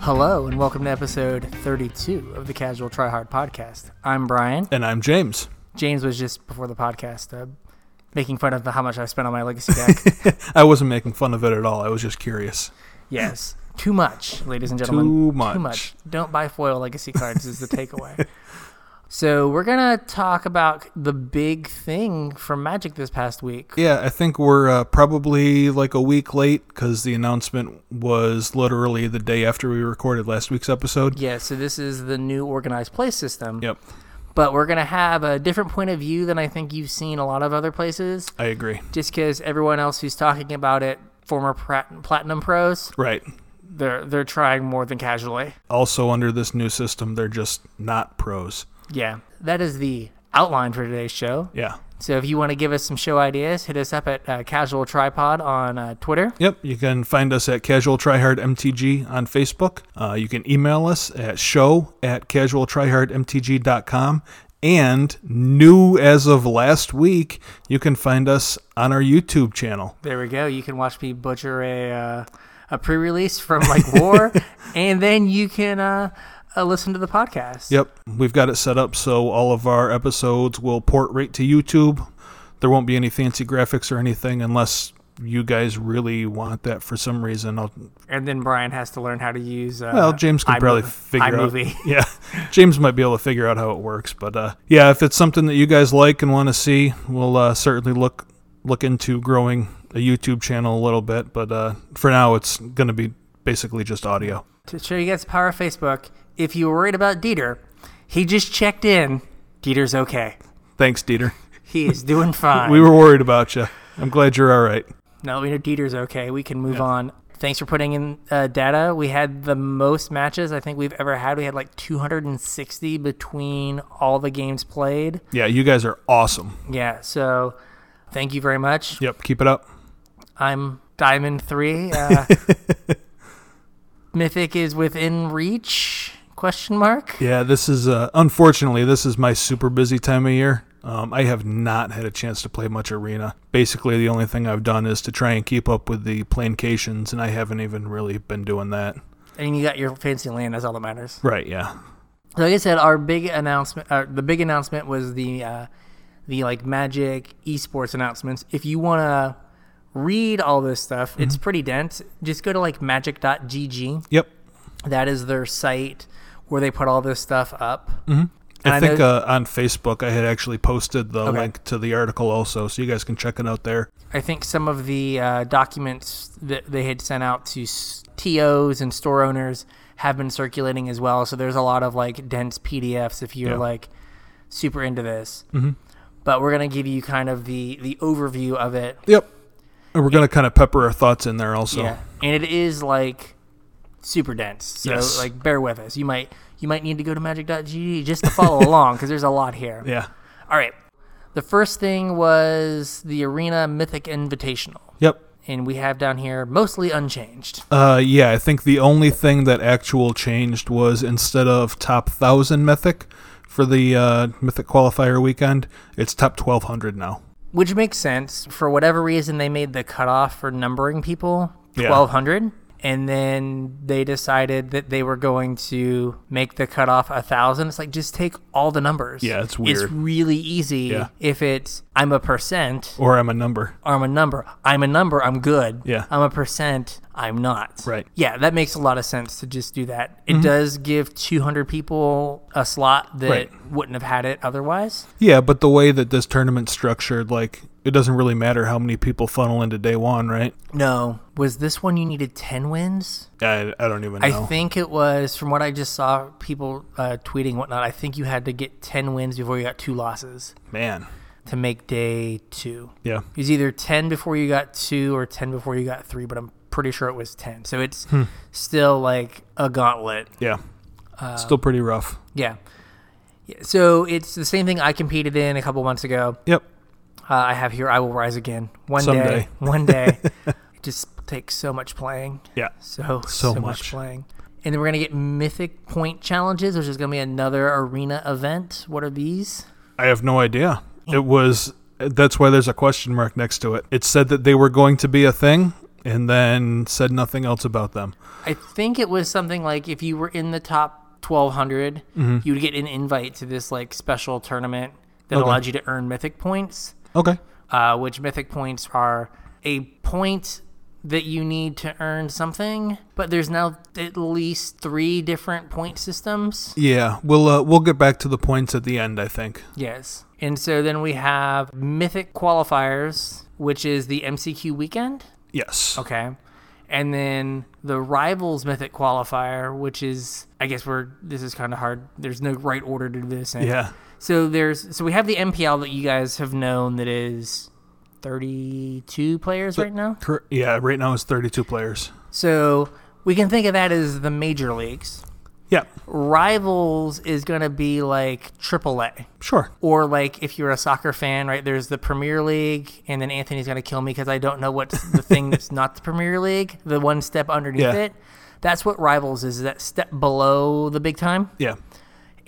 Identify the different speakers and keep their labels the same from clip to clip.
Speaker 1: Hello, and welcome to episode 32 of the Casual Try Hard podcast. I'm Brian.
Speaker 2: And I'm James.
Speaker 1: James was just before the podcast uh, making fun of how much I spent on my legacy deck.
Speaker 2: I wasn't making fun of it at all. I was just curious.
Speaker 1: yes, too much, ladies and gentlemen.
Speaker 2: Too much.
Speaker 1: Don't buy foil legacy cards, is the takeaway. So, we're going to talk about the big thing from Magic this past week.
Speaker 2: Yeah, I think we're uh, probably like a week late because the announcement was literally the day after we recorded last week's episode.
Speaker 1: Yeah, so this is the new organized play system.
Speaker 2: Yep,
Speaker 1: But we're going to have a different point of view than I think you've seen a lot of other places.
Speaker 2: I agree.
Speaker 1: just because everyone else who's talking about it, former prat- platinum pros,
Speaker 2: Right.
Speaker 1: they're they're trying more than casually.
Speaker 2: Also, under this new system, they're just not pros.
Speaker 1: Yeah, that is the outline for today's show.
Speaker 2: Yeah.
Speaker 1: So if you want to give us some show ideas, hit us up at uh, Casual Tripod on uh, Twitter.
Speaker 2: Yep, you can find us at Casual Tryhard MTG on Facebook. Uh, you can email us at show at casualtryhardmtg.com. And new as of last week, you can find us on our YouTube channel.
Speaker 1: There we go. You can watch me butcher a uh, a pre-release from like War, and then you can uh, uh, listen to the podcast.
Speaker 2: Yep, we've got it set up so all of our episodes will port right to YouTube. There won't be any fancy graphics or anything unless you guys really want that for some reason. I'll,
Speaker 1: And then Brian has to learn how to use. Uh,
Speaker 2: well, James can probably
Speaker 1: iMov-
Speaker 2: figure out.
Speaker 1: iMovie.
Speaker 2: Yeah, James might be able to figure out how it works, but uh, yeah, if it's something that you guys like and want to see, we'll uh, certainly look look into growing a YouTube channel a little bit. But uh, for now, it's going to be basically just audio.
Speaker 1: To show you guys the power of Facebook, if you were worried about Dieter, he just checked in. Dieter's okay.
Speaker 2: Thanks, Dieter.
Speaker 1: He is doing fine.
Speaker 2: We were worried about you. I'm glad you're all right.
Speaker 1: now that we know Dieter's okay, we can move on. Thanks for putting in uh, data. We had the most matches I think we've ever had. We had like 260 between all the games played.
Speaker 2: Yeah, you guys are awesome.
Speaker 1: Yeah, so thank you very much.
Speaker 2: Yep, keep it up.
Speaker 1: I'm Diamond 3. Uh, Mythic is within reach? Question mark.
Speaker 2: Yeah, this is uh, unfortunately this is my super busy time of year. Um, I have not had a chance to play much arena. Basically, the only thing I've done is to try and keep up with the plancations, and I haven't even really been doing that.
Speaker 1: And you got your fancy land, that's all that matters.
Speaker 2: Right? Yeah.
Speaker 1: like I said, our big announcement, uh, the big announcement was the uh, the like Magic esports announcements. If you want to read all this stuff, it's pretty dense. Just go to like magic.gg.
Speaker 2: Yep.
Speaker 1: That is their site where they put all this stuff up. And
Speaker 2: I,
Speaker 1: I
Speaker 2: think
Speaker 1: know-
Speaker 2: uh, on Facebook I had actually posted the
Speaker 1: Okay.
Speaker 2: link to the article also, so you guys can check it out there.
Speaker 1: I think some of the uh, documents that they had sent out to s- TOs and store owners have been circulating as well. So there's a lot of like dense PDFs if you're
Speaker 2: Yeah. Mm-hmm.
Speaker 1: like super into this. But we're gonna give you kind of the the overview of it.
Speaker 2: Yep. And we're gonna kind of pepper our thoughts in there also.
Speaker 1: Yeah, and it is like super dense. So
Speaker 2: Yes.
Speaker 1: like bear with us. You might you might need to go to magic.gg just to follow along because there's a lot here.
Speaker 2: Yeah.
Speaker 1: All right. The first thing was the Arena Mythic Invitational.
Speaker 2: Yep.
Speaker 1: and we have down here mostly unchanged.
Speaker 2: Uh, yeah, I think the only thing that actual changed was instead of top thousand mythic for the uh, mythic qualifier weekend, it's top twelve hundred now.
Speaker 1: Which makes sense. For whatever reason, they made the cutoff for numbering people
Speaker 2: Yeah.
Speaker 1: 1,200. And then they decided that they were going to make the cutoff a 1,000. It's like, just take all the numbers.
Speaker 2: Yeah,
Speaker 1: It's
Speaker 2: it's weird.
Speaker 1: really easy
Speaker 2: Yeah.
Speaker 1: if it's, I'm a percent,
Speaker 2: Or I'm a number.
Speaker 1: I'm a number. I'm a number, I'm good.
Speaker 2: Yeah.
Speaker 1: I'm a percent, I'm not.
Speaker 2: Right. Mm-hmm.
Speaker 1: Yeah, that makes a lot of sense to just do that. It does give 200 people a slot that
Speaker 2: Right.
Speaker 1: wouldn't have had it otherwise.
Speaker 2: Yeah, but the way that this tournament's structured, like it doesn't really matter how many people funnel into day one, right?
Speaker 1: No. Was this one you needed 10 wins?
Speaker 2: I, I don't even know.
Speaker 1: I think it was, from what I just saw people uh, tweeting and whatnot, I think you had to get 10 wins before you got two losses
Speaker 2: Man.
Speaker 1: to make day two.
Speaker 2: Yeah.
Speaker 1: It was either 10 before you got two or 10 before you got three, but I'm pretty sure it was 10. So it's still like a gauntlet.
Speaker 2: Yeah. Still pretty rough.
Speaker 1: Yeah. Yeah, So it's the same thing I competed in a couple months ago.
Speaker 2: Yep.
Speaker 1: Uh, I have here, I will rise again. One day.
Speaker 2: Someday.
Speaker 1: One day. it just takes so much playing.
Speaker 2: Yeah.
Speaker 1: So so,
Speaker 2: So
Speaker 1: much.
Speaker 2: much.
Speaker 1: playing. And then we're gonna get mythic point challenges, which is gonna be another arena event. What are these?
Speaker 2: I have no idea. It was that's why there's a question mark next to it. It said that they were going to be a thing and then said nothing else about them.
Speaker 1: I think it was something like if you were in the top 1200,
Speaker 2: Mm-hmm.
Speaker 1: you would get an invite to this like special tournament that
Speaker 2: Okay.
Speaker 1: allowed you to earn mythic points,
Speaker 2: Okay.
Speaker 1: uh, which mythic points are a point that you need to earn something. But there's now at least three different point systems.
Speaker 2: Yeah, we'll uh, we'll get back to the points at the end. I think.
Speaker 1: Yes. And so then we have mythic qualifiers, which is the MCQ weekend.
Speaker 2: Yes.
Speaker 1: Okay. And then the rivals mythic qualifier, which is I guess we're this is kind of hard. There's no right order to do this. in.
Speaker 2: Yeah.
Speaker 1: So there's so we have the MPL that you guys have known that is 32 players right now.
Speaker 2: Cor- yeah. Right now it's 32 players.
Speaker 1: So we can think of that as the major leagues.
Speaker 2: Yeah.
Speaker 1: Rivals is going to be like AAA.
Speaker 2: Sure.
Speaker 1: Or like if you're a soccer fan, right? There's the Premier League, and then Anthony's gonna kill me because I don't know what's the thing that's not the Premier League, the one step underneath
Speaker 2: Yeah.
Speaker 1: it. That's what rivals is, is that step below the big time,
Speaker 2: Yeah.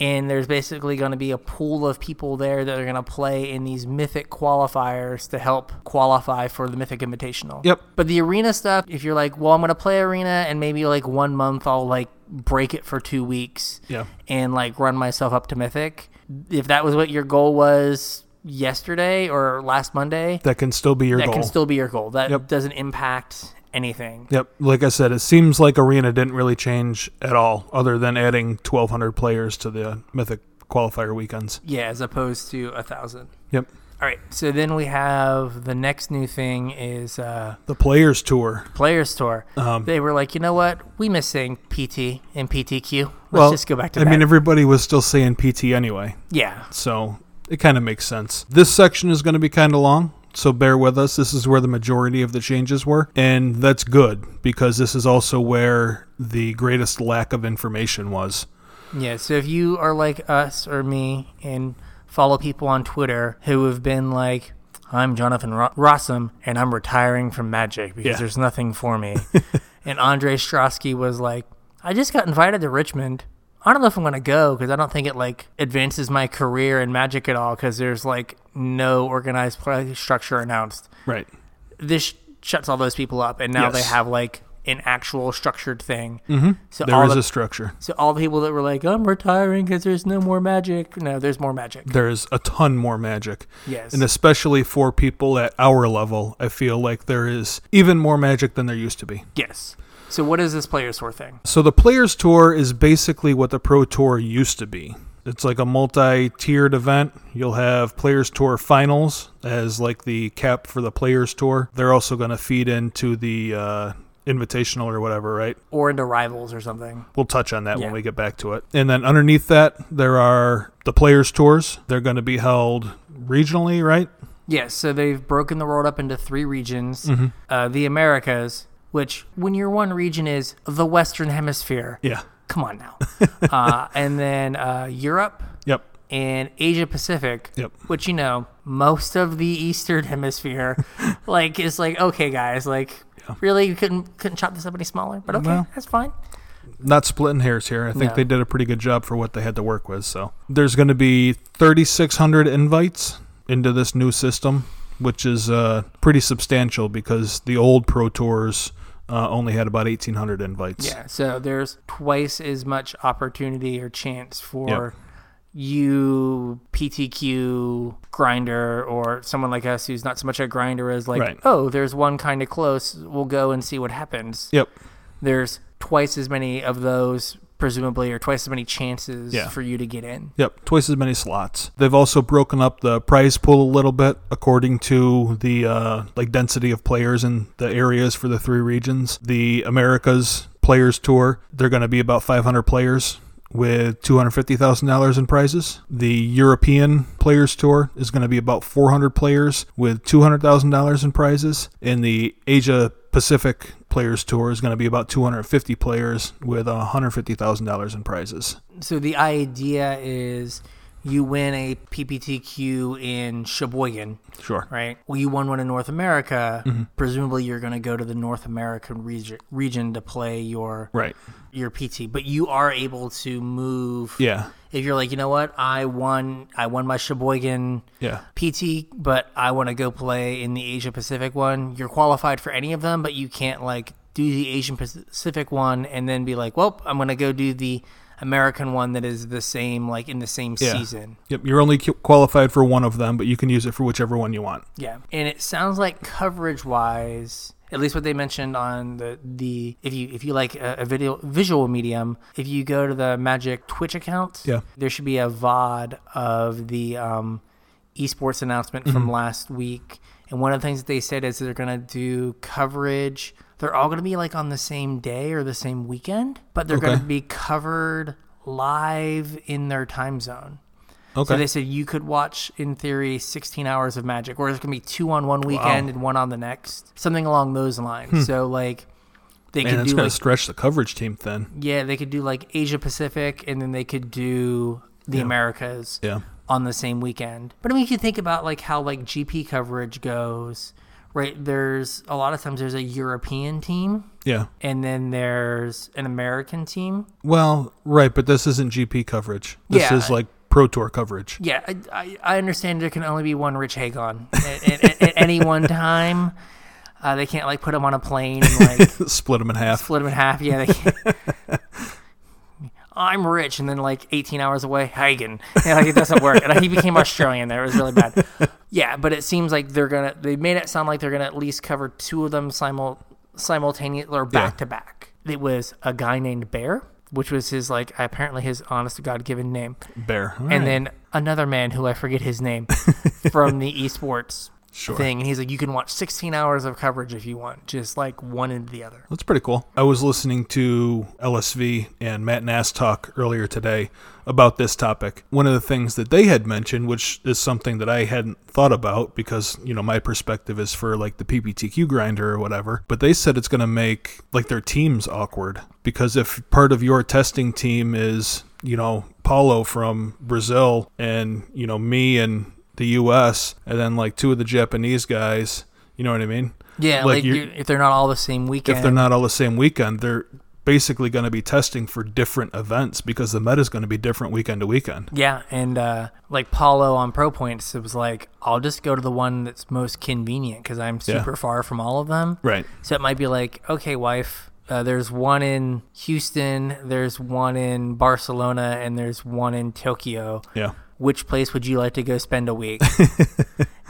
Speaker 1: and there's basically going to be a pool of people there that are going to play in these mythic qualifiers to help qualify for the mythic invitational.
Speaker 2: Yep.
Speaker 1: But the arena stuff, if you're like, well, I'm going to play arena, and maybe like one month I'll like break it for two weeks,
Speaker 2: Yeah.
Speaker 1: and like run myself up to mythic. If that was what your goal was yesterday or last Monday,
Speaker 2: That can still be your
Speaker 1: that
Speaker 2: goal.
Speaker 1: can still be your goal. That
Speaker 2: Yep.
Speaker 1: doesn't impact anything.
Speaker 2: Yep. Like I said, it seems like Arena didn't really change at all, other than adding 1,200 players to the Mythic qualifier weekends.
Speaker 1: Yeah, as opposed to a thousand.
Speaker 2: Yep.
Speaker 1: All right. So then we have the next new thing is uh,
Speaker 2: The Players Tour.
Speaker 1: Players Tour.
Speaker 2: Um,
Speaker 1: they were like, you know what? We miss saying PT and PTQ. Let's
Speaker 2: well,
Speaker 1: just go back to
Speaker 2: I
Speaker 1: that.
Speaker 2: mean, everybody was still saying PT anyway,
Speaker 1: yeah.
Speaker 2: so it kind of makes sense. This section is going to be kind of long. So bear with us. This is where the majority of the changes were, and that's good because this is also where the greatest lack of information was.
Speaker 1: Yeah. So if you are like us or me and follow people on Twitter who have been like, I'm Jonathan Ro- Rossum and I'm retiring from Magic because
Speaker 2: Yeah.
Speaker 1: there's nothing for me. and Andre Strosky was like, I just got invited to Richmond. I don't know if I'm going to go because I don't think it like advances my career in Magic at all because there's like no organized play structure announced.
Speaker 2: Right.
Speaker 1: this shuts all those people up, and now they
Speaker 2: Yes. Mm-hmm.
Speaker 1: have like an actual structured thing. So
Speaker 2: There
Speaker 1: all
Speaker 2: is
Speaker 1: the
Speaker 2: a structure.
Speaker 1: so all the people that were like, "I'm retiring because there's no more magic." No, there's more magic.
Speaker 2: There is a ton more magic.
Speaker 1: Yes,
Speaker 2: And especially for people at our level, I feel like there is even more magic than there used to be.
Speaker 1: yes. So what is this player sore thing?
Speaker 2: So the Players Tour is basically what the Pro Tour used to be. It's like a multi-tiered event. You'll have Players Tour Finals as like the cap for the Players Tour. They're also going to feed into the uh, Invitational or whatever, right?
Speaker 1: Or into rivals or something?
Speaker 2: We'll touch on that when
Speaker 1: Yeah.
Speaker 2: we get back to it. And then underneath that, there are the Players Tours. They're going to be held regionally, right?
Speaker 1: Yes. So they've broken the world up into three regions:
Speaker 2: Mm-hmm.
Speaker 1: uh, the Americas, which when your one region is the Western Hemisphere.
Speaker 2: Yeah.
Speaker 1: Come on now. uh, and then uh, Europe
Speaker 2: Yep.
Speaker 1: and Asia Pacific.
Speaker 2: Yep.
Speaker 1: which you know most of the eastern hemisphere like is like okay guys like really you couldn't couldn't chop this up any smaller but okay
Speaker 2: Well.
Speaker 1: that's fine
Speaker 2: not splitting hairs here. I think
Speaker 1: No.
Speaker 2: they did a pretty good job for what they had to work with. So there's going to be 3,600 invites into this new system, which is uh, pretty substantial because the old Pro Tours uh, only had about 1,800 invites.
Speaker 1: yeah so there's twice as much opportunity or chance for you ptq grinder or someone like us who's not so much a grinder as like
Speaker 2: Right.
Speaker 1: oh there's one kind of close we'll go and see what happens
Speaker 2: Yep.
Speaker 1: there's twice as many of those presumably or twice as many chances
Speaker 2: Yeah.
Speaker 1: for you to get in
Speaker 2: Yep, twice as many slots. They've also broken up the prize pool a little bit according to the uh, like density of players in the areas for the three regions. The Americas Players Tour, they're going to be about 500 players with $250,000 in prizes. The European Players Tour is going to be about 400 players with $200,000 in prizes. And the Asia Pacific Players Tour is going to be about 250 players with $150,000 in prizes.
Speaker 1: so the idea is you win a PPTQ in Sheboygan,
Speaker 2: Sure.
Speaker 1: right? Well, you won one in North America.
Speaker 2: Mm-hmm.
Speaker 1: Presumably, you're going to go to the North American region, region to play your
Speaker 2: Right.
Speaker 1: your PT. But you are able to move.
Speaker 2: Yeah.
Speaker 1: If you're like, you know what, I won, I won my Sheboygan
Speaker 2: Yeah.
Speaker 1: PT, but I want to go play in the Asia Pacific one. You're qualified for any of them, but you can't like do the Asian Pacific one and then be like, well, I'm going to go do the American one that is the same, like in the same
Speaker 2: Yeah.
Speaker 1: season.
Speaker 2: Yep. You're only qu- qualified for one of them, but you can use it for whichever one you want.
Speaker 1: Yeah, and it sounds like coverage wise, at least what they mentioned on the the if you if you like a, a video visual medium, if you go to the Magic Twitch account,
Speaker 2: Yeah.
Speaker 1: there should be a VOD of the um, esports announcement from
Speaker 2: Mm-hmm.
Speaker 1: last week. And one of the things that they said is they're gonna do coverage. They're all gonna be like on the same day or the same weekend, but they're
Speaker 2: Okay.
Speaker 1: gonna be covered live in their time zone.
Speaker 2: Okay.
Speaker 1: So they said you could watch, in theory, 16 hours of Magic, or it's going to be two on one weekend and one on the next, something along those lines. So like, they
Speaker 2: Hmm. Man,
Speaker 1: could
Speaker 2: it's
Speaker 1: do
Speaker 2: going
Speaker 1: like,
Speaker 2: to stretch the coverage team thin.
Speaker 1: yeah, they could do like Asia Pacific, and then they could do the Americas
Speaker 2: Yeah.
Speaker 1: on the same weekend. But I mean, if you think about like how like GP coverage goes, right? There's a lot of times there's a European team,
Speaker 2: Yeah.
Speaker 1: and then there's an American team.
Speaker 2: Well, right, but this isn't GP coverage. This
Speaker 1: Yeah.
Speaker 2: is like Pro Tour coverage.
Speaker 1: Yeah, I, I, I understand there can only be one Rich Hagon at, at, at, at any one time. Uh, they can't like put him on a plane and like
Speaker 2: Split them in half.
Speaker 1: split him in half. Yeah, they can't. I'm rich, and then like 18 hours away, Hagen. Yeah, like, it doesn't work. And he became Australian there. It was really bad. Yeah, but it seems like they're gonna. They made it sound like they're gonna at least cover two of them simul simultaneous or back to back. It was a guy named Bear, which was his like apparently his honest to god given name
Speaker 2: Bear. All
Speaker 1: and
Speaker 2: right.
Speaker 1: then another man who I forget his name from the esports
Speaker 2: Sure.
Speaker 1: thing, and he's like, "You can watch 16 hours of coverage if you want, just like one into the other."
Speaker 2: That's pretty cool. I was listening to LSV and Matt Nass talk earlier today about this topic. One of the things that they had mentioned, which is something that I hadn't thought about because, you know, my perspective is for like the PPTQ grinder or whatever, but they said it's going to make like their teams awkward because if part of your testing team is, you know, Paulo from Brazil and, you know, me and the US and then like two of the Japanese guys, you know what I mean?
Speaker 1: Yeah,
Speaker 2: Like
Speaker 1: like,
Speaker 2: you-
Speaker 1: you if they're not all the same weekend,
Speaker 2: if they're not all the same weekend, they're basically going to be testing for different events because the meta is going to be different weekend to weekend.
Speaker 1: yeah, and uh, like Paulo on Pro Points, it was like, "I'll just go to the one that's most convenient because I'm
Speaker 2: Yeah.
Speaker 1: super far from all of them."
Speaker 2: Right.
Speaker 1: So it might be like, "Okay, wife." Uh, there's one in Houston, there's one in Barcelona, and there's one in Tokyo.
Speaker 2: Yeah.
Speaker 1: which place would you like to go spend a week?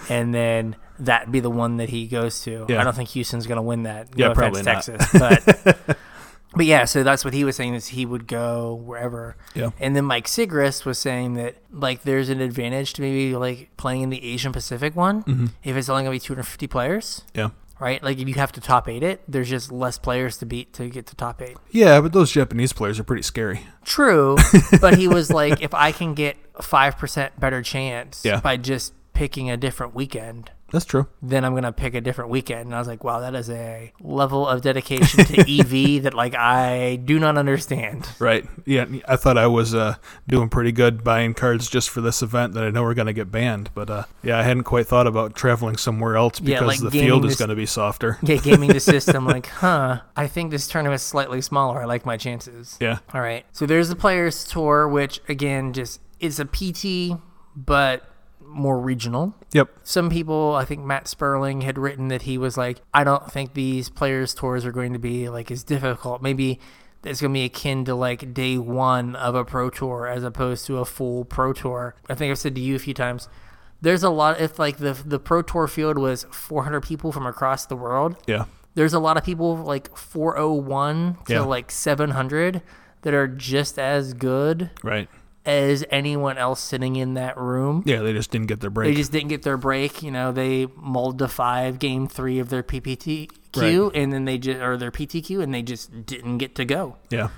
Speaker 1: and then that'd be the one that he goes to.
Speaker 2: Yeah.
Speaker 1: I don't think Houston's going to win that.
Speaker 2: Yeah,
Speaker 1: no offense,
Speaker 2: probably
Speaker 1: Texas, but but yeah. So that's what he was saying is he would go wherever.
Speaker 2: Yeah.
Speaker 1: And then Mike Sigrist was saying that like there's an advantage to maybe like playing in the Asian Pacific one
Speaker 2: Mm-hmm.
Speaker 1: if it's only going to be 250 players.
Speaker 2: Yeah.
Speaker 1: Right, like if you have to top eight it, there's just less players to beat to get to top eight.
Speaker 2: Yeah, but those Japanese players are pretty scary.
Speaker 1: True, but he was like, if I can get five percent better chance
Speaker 2: Yeah.
Speaker 1: by just picking a different weekend,
Speaker 2: That's true.
Speaker 1: then I'm gonna pick a different weekend. And I was like, wow, that is a level of dedication to EV that like I do not understand.
Speaker 2: Right. Yeah, I thought I was uh, doing pretty good buying cards just for this event that I know we're going to get banned, but uh, yeah, I hadn't quite thought about traveling somewhere else
Speaker 1: Yeah, like
Speaker 2: because the
Speaker 1: gaining
Speaker 2: field is
Speaker 1: this-
Speaker 2: going to be softer.
Speaker 1: Yeah, gaming the system, like, huh? I think this tournament's slightly smaller. I like my chances.
Speaker 2: Yeah.
Speaker 1: All right. So there's the Players Tour, which again, just it's a PT, but more regional.
Speaker 2: Yep.
Speaker 1: some people i think matt sperling had written that he was like i don't think these players tours are going to be like as difficult maybe it's going to be akin to like day one of a pro tour as opposed to a full pro tour i think i've said to you a few times there's a lot if like the the pro tour field was 400 people from across the world
Speaker 2: Yeah.
Speaker 1: there's a lot of people like 401 to
Speaker 2: Yeah.
Speaker 1: like 700 that are just as good
Speaker 2: Right.
Speaker 1: as anyone else sitting in that room
Speaker 2: Yeah, they just didn't get their break.
Speaker 1: they just didn't get their break. You know, they mulled to five game three of their PPTQ, and then they just or their PTQ, and they just didn't get to go.
Speaker 2: yeah.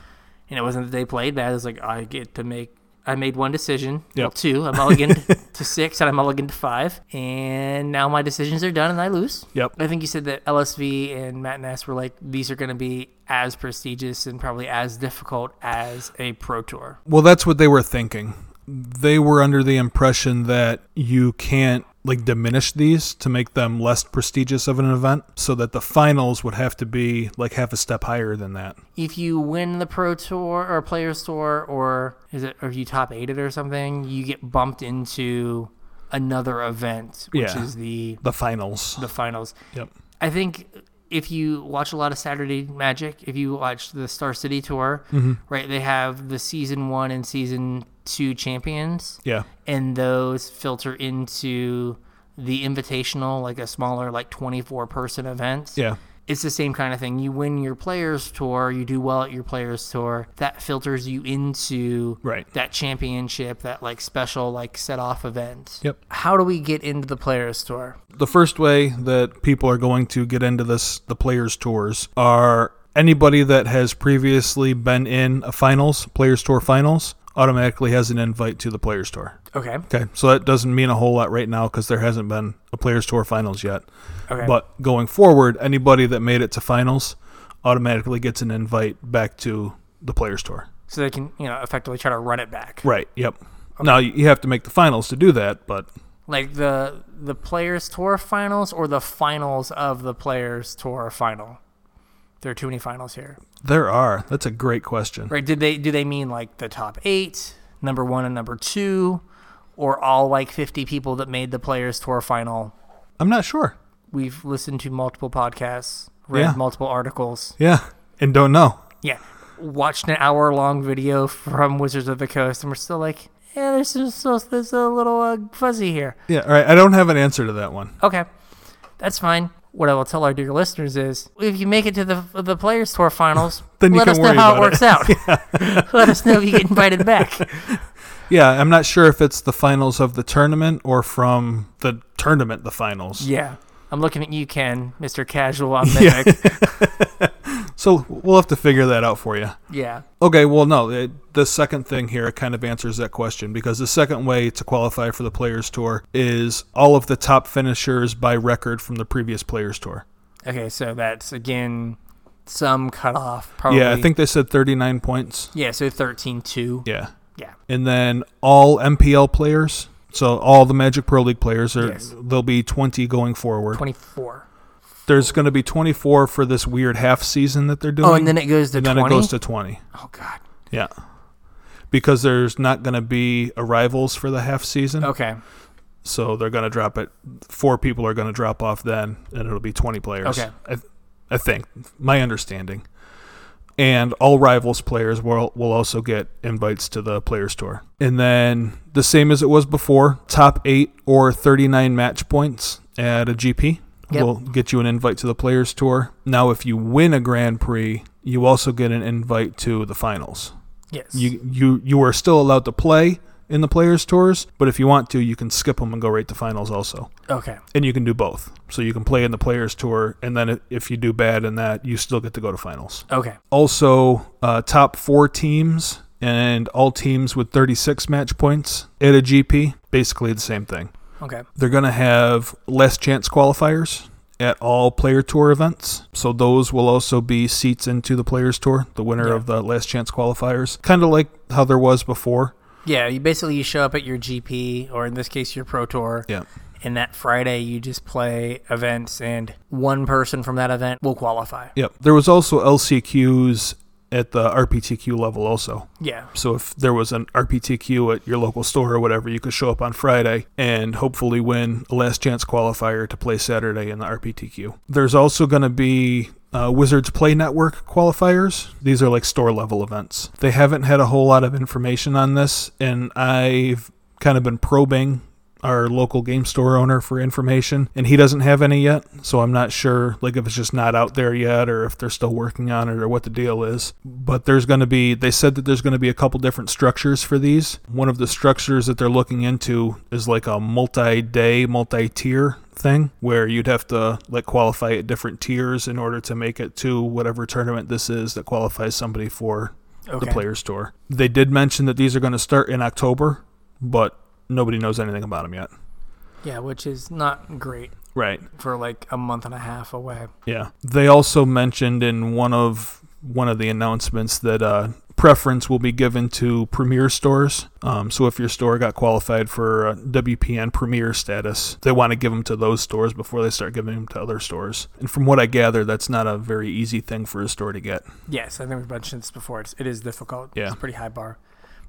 Speaker 1: And it wasn't that they played bad. It was like I get to make. I made one decision. Well,
Speaker 2: Yep.
Speaker 1: two. I mulliganed to six, and I mulliganed to five, and now my decisions are done, and I lose.
Speaker 2: Yep.
Speaker 1: I think you said that LSV and Matt Ness were like these are going to be as prestigious and probably as difficult as a pro tour.
Speaker 2: Well, that's what they were thinking. they were under the impression that you can't like diminish these to make them less prestigious of an event so that the finals would have to be like half a step higher than that.
Speaker 1: If you win the Pro Tour or Players Tour, or is it, or if you top eight it or something, you get bumped into another event, which
Speaker 2: Yeah.
Speaker 1: is the
Speaker 2: The finals.
Speaker 1: the finals.
Speaker 2: Yep.
Speaker 1: I think if you watch a lot of Saturday Magic, if you watch the Star City tour,
Speaker 2: Mm-hmm.
Speaker 1: right, they have the season one and season two champions,
Speaker 2: Yeah.
Speaker 1: and those filter into the invitational, like a smaller, like 24 person event.
Speaker 2: Yeah.
Speaker 1: It's the same kind of thing. You win your players' tour, you do well at your players' tour, that filters you into
Speaker 2: Right.
Speaker 1: that championship, that like special, like set off event.
Speaker 2: Yep.
Speaker 1: How do we get into the players' tour?
Speaker 2: the first way that people are going to get into this the players tours are anybody that has previously been in a finals players tour finals automatically has an invite to the players tour
Speaker 1: Okay.
Speaker 2: okay so that doesn't mean a whole lot right now because there hasn't been a players tour finals yet
Speaker 1: Okay.
Speaker 2: but going forward anybody that made it to finals automatically gets an invite back to the players tour
Speaker 1: so they can you know effectively try to run it back.
Speaker 2: right yep now you you have to make the finals to do that but
Speaker 1: Like the the players tour finals or the finals of the players tour final. There are too many finals here.
Speaker 2: there are that's a great question
Speaker 1: Right? Did they do they mean like the top eight, number one and number two, or all like fifty people that made the players tour final?
Speaker 2: i'm not sure
Speaker 1: We've listened to multiple podcasts, read
Speaker 2: Yeah.
Speaker 1: multiple articles.
Speaker 2: yeah and don't know
Speaker 1: Yeah. Watched an hour long video from Wizards of the Coast and we're still like, yeah, there's just there's a little uh, fuzzy here.
Speaker 2: Yeah, all right. I don't have an answer to that one.
Speaker 1: Okay, that's fine. What I will tell our dear listeners is, if you make it to the the Players Tour Finals,
Speaker 2: Then you
Speaker 1: let
Speaker 2: can
Speaker 1: us
Speaker 2: worry
Speaker 1: know how
Speaker 2: about
Speaker 1: it works out. let us know if you get invited back.
Speaker 2: Yeah, I'm not sure if it's the finals of the tournament or from the tournament, the finals.
Speaker 1: Yeah, I'm looking at you, Ken, Mr. Casual on Mimic. Yeah.
Speaker 2: So we'll have to figure that out for you.
Speaker 1: yeah.
Speaker 2: Okay, well, no, it, the second thing here kind of answers that question because the second way to qualify for the Players Tour is all of the top finishers by record from the previous Players Tour.
Speaker 1: Okay, so that's again some cutoff. Probably.
Speaker 2: Yeah, I think they said 39 points.
Speaker 1: Yeah, so 13-2.
Speaker 2: Yeah.
Speaker 1: Yeah.
Speaker 2: And then all MPL players, so all the Magic Pro League players, are,
Speaker 1: Yes.
Speaker 2: there'll be 20 going forward.
Speaker 1: twenty-four.
Speaker 2: There's going to be 24 for this weird half season that they're doing.
Speaker 1: Oh, and then it goes to
Speaker 2: And then
Speaker 1: twenty.
Speaker 2: it goes to 20.
Speaker 1: oh God.
Speaker 2: Yeah. Because there's not going to be arrivals for the half season.
Speaker 1: Okay.
Speaker 2: So they're going to drop it. Four people are going to drop off then, and it'll be 20 players.
Speaker 1: Okay.
Speaker 2: I, I think. My understanding. And all rivals players will, will also get invites to the Players Tour. And then the same as it was before top eight or 39 match points at a GP
Speaker 1: Yep.
Speaker 2: will get you an invite to the Players Tour. Now, if you win a Grand Prix, you also get an invite to the finals
Speaker 1: Yes.
Speaker 2: you you you are still allowed to play in the players tours but if you want to you can skip them and go right to finals also
Speaker 1: okay.
Speaker 2: and you can do both so you can play in the players tour and then i- if you do bad in that you still get to go to finals
Speaker 1: Okay.
Speaker 2: also uh, top four teams and all teams with 36 match points at a gp basically the same thing
Speaker 1: Okay.
Speaker 2: they're going to have last chance qualifiers at all player tour events. So those will also be seats into the players tour, the winner
Speaker 1: Yeah.
Speaker 2: of the last chance qualifiers, kind of like how there was before.
Speaker 1: Yeah, you basically you show up at your GP or in this case your pro tour.
Speaker 2: Yeah.
Speaker 1: And that Friday you just play events and one person from that event will qualify.
Speaker 2: Yep. There was also LCQs at the RPTQ level also.
Speaker 1: Yeah.
Speaker 2: So if there was an RPTQ at your local store or whatever, you could show up on Friday and hopefully win a last chance qualifier to play Saturday in the RPTQ. There's also going to be uh, Wizards Play Network qualifiers. These are like store level events. They haven't had a whole lot of information on this, and I've kind of been probing our local game store owner for information and he doesn't have any yet so i'm not sure like if it's just not out there yet or if they're still working on it or what the deal is but there's going to be they said that there's going to be a couple different structures for these one of the structures that they're looking into is like a multi-day multi-tier thing where you'd have to like qualify at different tiers in order to make it to whatever tournament this is that qualifies somebody for
Speaker 1: Okay.
Speaker 2: the players tour they did mention that these are going to start in october but nobody knows anything about them yet
Speaker 1: Yeah, which is not great
Speaker 2: Right.
Speaker 1: for like a month and a half away.
Speaker 2: Yeah. They also mentioned in one of one of the announcements that uh, preference will be given to premier stores. Um, so if your store got qualified for uh, WPN premier status, they want to give them to those stores before they start giving them to other stores. And from what I gather, that's not a very easy thing for a store to get.
Speaker 1: Yes, I think we've mentioned this before. It's, it is difficult.
Speaker 2: Yeah.
Speaker 1: It's a pretty high bar.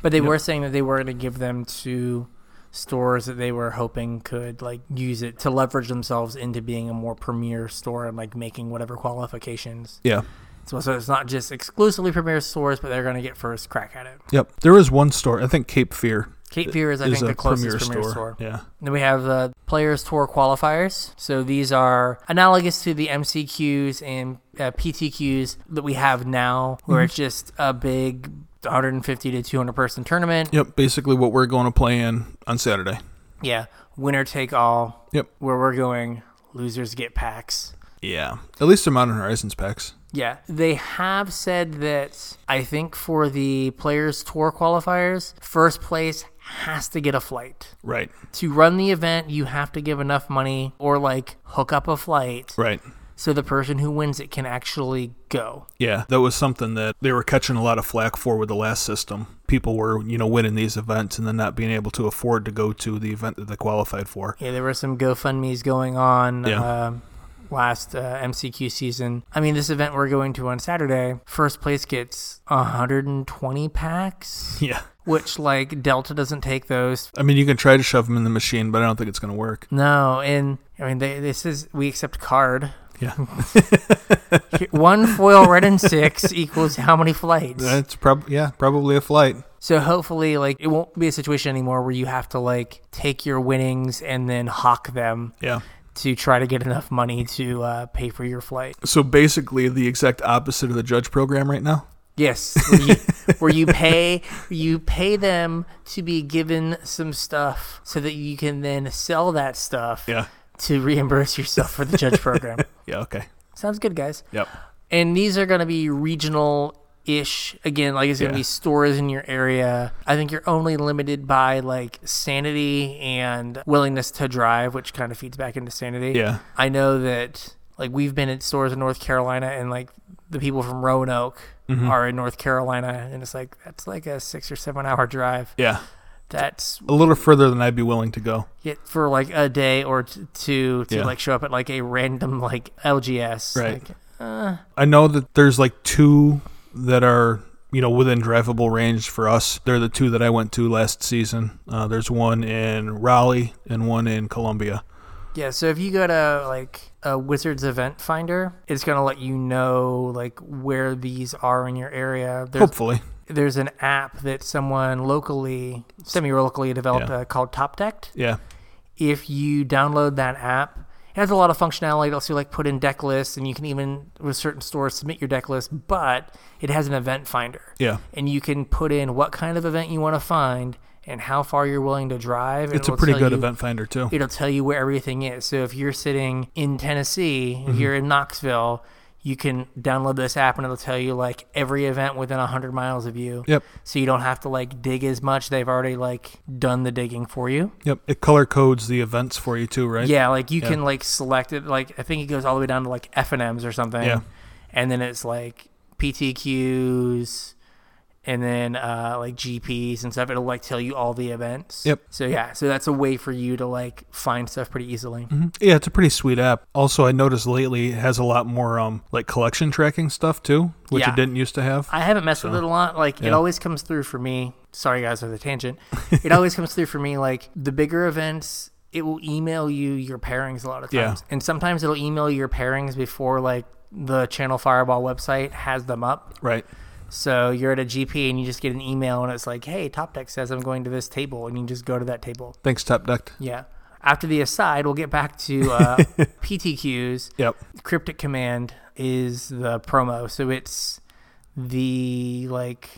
Speaker 1: But they were saying that they were going to give them to stores that they were hoping could like use it to leverage themselves into being a more premier store and like making whatever qualifications.
Speaker 2: Yeah.
Speaker 1: So, so it's not just exclusively premier stores, but they're going to get first crack at it.
Speaker 2: Yep. There is one store, I think Cape Fear.
Speaker 1: Cape Fear is, I think, the closest premier, store.
Speaker 2: Yeah.
Speaker 1: Then we have uh, Players Tour qualifiers. So these are analogous to the MCQs and uh, PTQs that we have now, where it's just a big 150 to 200 person tournament.
Speaker 2: Yep. Basically, what we're going to play in on Saturday.
Speaker 1: Yeah, winner take all.
Speaker 2: Yep.
Speaker 1: Where we're going, losers get packs.
Speaker 2: Yeah. At least in Modern Horizons packs.
Speaker 1: Yeah, they have said that I think for the Players Tour qualifiers, first place has to get a flight.
Speaker 2: Right.
Speaker 1: To run the event, you have to give enough money or like hook up a flight.
Speaker 2: Right.
Speaker 1: so the person who wins it can actually go.
Speaker 2: Yeah, that was something that they were catching a lot of flack for with the last system. People were, you know, winning these events and then not being able to afford to go to the event that they qualified for.
Speaker 1: Yeah, there were some GoFundMe's going on
Speaker 2: Yeah.
Speaker 1: um, last uh, MCQ season. I mean, this event we're going to on Saturday, first place gets 120 packs,
Speaker 2: Yeah.
Speaker 1: which like Delta doesn't take those.
Speaker 2: I mean, you can try to shove them in the machine, but I don't think it's going to work.
Speaker 1: No, and I mean, they, this is we accept card.
Speaker 2: Yeah.
Speaker 1: One foil red and six equals how many flights?
Speaker 2: That's prob yeah, probably a flight.
Speaker 1: So hopefully, like it won't be a situation anymore where you have to like take your winnings and then hawk them
Speaker 2: Yeah.
Speaker 1: to try to get enough money to uh, pay for your flight.
Speaker 2: So basically the exact opposite of the judge program right now.
Speaker 1: Yes, where you, where you pay you pay them to be given some stuff so that you can then sell that stuff
Speaker 2: Yeah.
Speaker 1: to reimburse yourself for the judge program.
Speaker 2: Yeah, okay.
Speaker 1: Sounds good, guys.
Speaker 2: Yep.
Speaker 1: And these are going to be regional ish again like it's going to
Speaker 2: Yeah.
Speaker 1: be stores in your area i think you're only limited by like sanity and willingness to drive which kind of feeds back into sanity
Speaker 2: Yeah.
Speaker 1: I know that like we've been at stores in North Carolina and like the people from Roanoke
Speaker 2: Mm-hmm.
Speaker 1: are in North Carolina and it's like that's like a 6 or 7 hour drive.
Speaker 2: Yeah.
Speaker 1: That's
Speaker 2: A little further than I'd be willing to go.
Speaker 1: it for like a day or t- two to
Speaker 2: Yeah.
Speaker 1: like show up at like a random like LGS.
Speaker 2: Right.
Speaker 1: Like,
Speaker 2: I know that there's like two that are you know within drivable range for us. They're the two that I went to last season. Uh, there's one in Raleigh and one in Columbia.
Speaker 1: yeah, so if you go to like a Wizards event finder, it's going to let you know like where these are in your area. There's
Speaker 2: Hopefully,
Speaker 1: there's an app that someone locally, semi-locally developed
Speaker 2: Yeah.
Speaker 1: uh, called Top Decked.
Speaker 2: yeah,
Speaker 1: if you download that app, it has a lot of functionality. It'll also like put in deck lists, and you can even with certain stores submit your deck list. But it has an event finder,
Speaker 2: yeah.
Speaker 1: and you can put in what kind of event you want to find and how far you're willing to drive. and
Speaker 2: It's a
Speaker 1: it'll
Speaker 2: pretty
Speaker 1: tell
Speaker 2: good
Speaker 1: you-
Speaker 2: event finder too.
Speaker 1: It'll tell you where everything is. So if you're sitting in Tennessee,
Speaker 2: Mm-hmm.
Speaker 1: if you're in Knoxville, you can download this app, and it'll tell you like every event within hundred miles of you.
Speaker 2: Yep,
Speaker 1: So you don't have to like dig as much. They've already like done the digging for you.
Speaker 2: yep. It color codes the events for you too, right?
Speaker 1: Yeah, like you can like select it. Like I think it goes all the way down to like F and M's or something.
Speaker 2: Yeah.
Speaker 1: And then it's like PTQs, and then uh, like GPs and stuff. It'll like tell you all the events.
Speaker 2: Yep.
Speaker 1: So yeah, so that's a way for you to like find stuff pretty easily.
Speaker 2: Mhm. Yeah, it's a pretty sweet app. Also, I noticed lately it has a lot more um like collection tracking stuff too, which
Speaker 1: Yeah.
Speaker 2: it didn't used to have.
Speaker 1: I haven't messed with it a lot. Like it
Speaker 2: yeah.
Speaker 1: always comes through for me. Sorry guys for the tangent. It always comes through for me like the bigger events. It will email you your pairings a lot of
Speaker 2: Yeah.
Speaker 1: times, and sometimes it'll email your pairings before like the Channel Fireball website has them up.
Speaker 2: right.
Speaker 1: So you're at a GP and you just get an email and it's like, hey, Top Deck says I'm going to this table, and you just go to that table.
Speaker 2: Thanks, Top Duct.
Speaker 1: Yeah. After the aside, we'll get back to uh, PTQs.
Speaker 2: Yep.
Speaker 1: Cryptic Command is the promo, so it's the like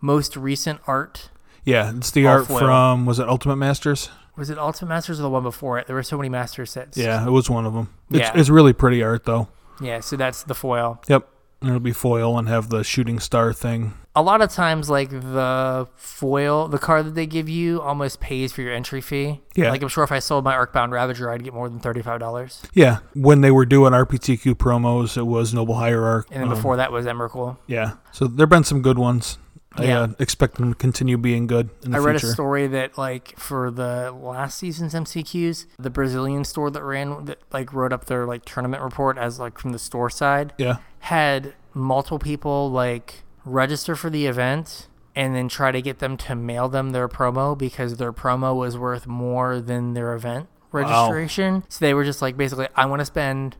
Speaker 1: most recent art.
Speaker 2: Yeah, it's the
Speaker 1: All
Speaker 2: art
Speaker 1: foil.
Speaker 2: from was it Ultimate Masters?
Speaker 1: Was it Ultimate Masters or the one before it? There were so many master sets.
Speaker 2: Yeah, it was one of them. It's,
Speaker 1: Yeah.
Speaker 2: it's really pretty art though.
Speaker 1: Yeah. So that's the foil.
Speaker 2: Yep. It'll be foil and have the shooting star thing.
Speaker 1: A lot of times, like the foil, the card that they give you almost pays for your entry fee.
Speaker 2: Yeah.
Speaker 1: Like I'm sure if I sold my Arcbound Ravager, I'd get more than thirty five dollars.
Speaker 2: Yeah. When they were doing RPTQ promos, it was Noble Hierarch.
Speaker 1: And then
Speaker 2: um,
Speaker 1: before that was Emrakul.
Speaker 2: yeah. So there have been some good ones. I
Speaker 1: Yeah.
Speaker 2: uh, expect them to continue being good in the
Speaker 1: I read
Speaker 2: future.
Speaker 1: a story that like for the last season's MCQs, the Brazilian store that ran that like wrote up their like tournament report as like from the store side
Speaker 2: Yeah.
Speaker 1: had multiple people like register for the event and then try to get them to mail them their promo because their promo was worth more than their event registration. So they were just like basically I want to spend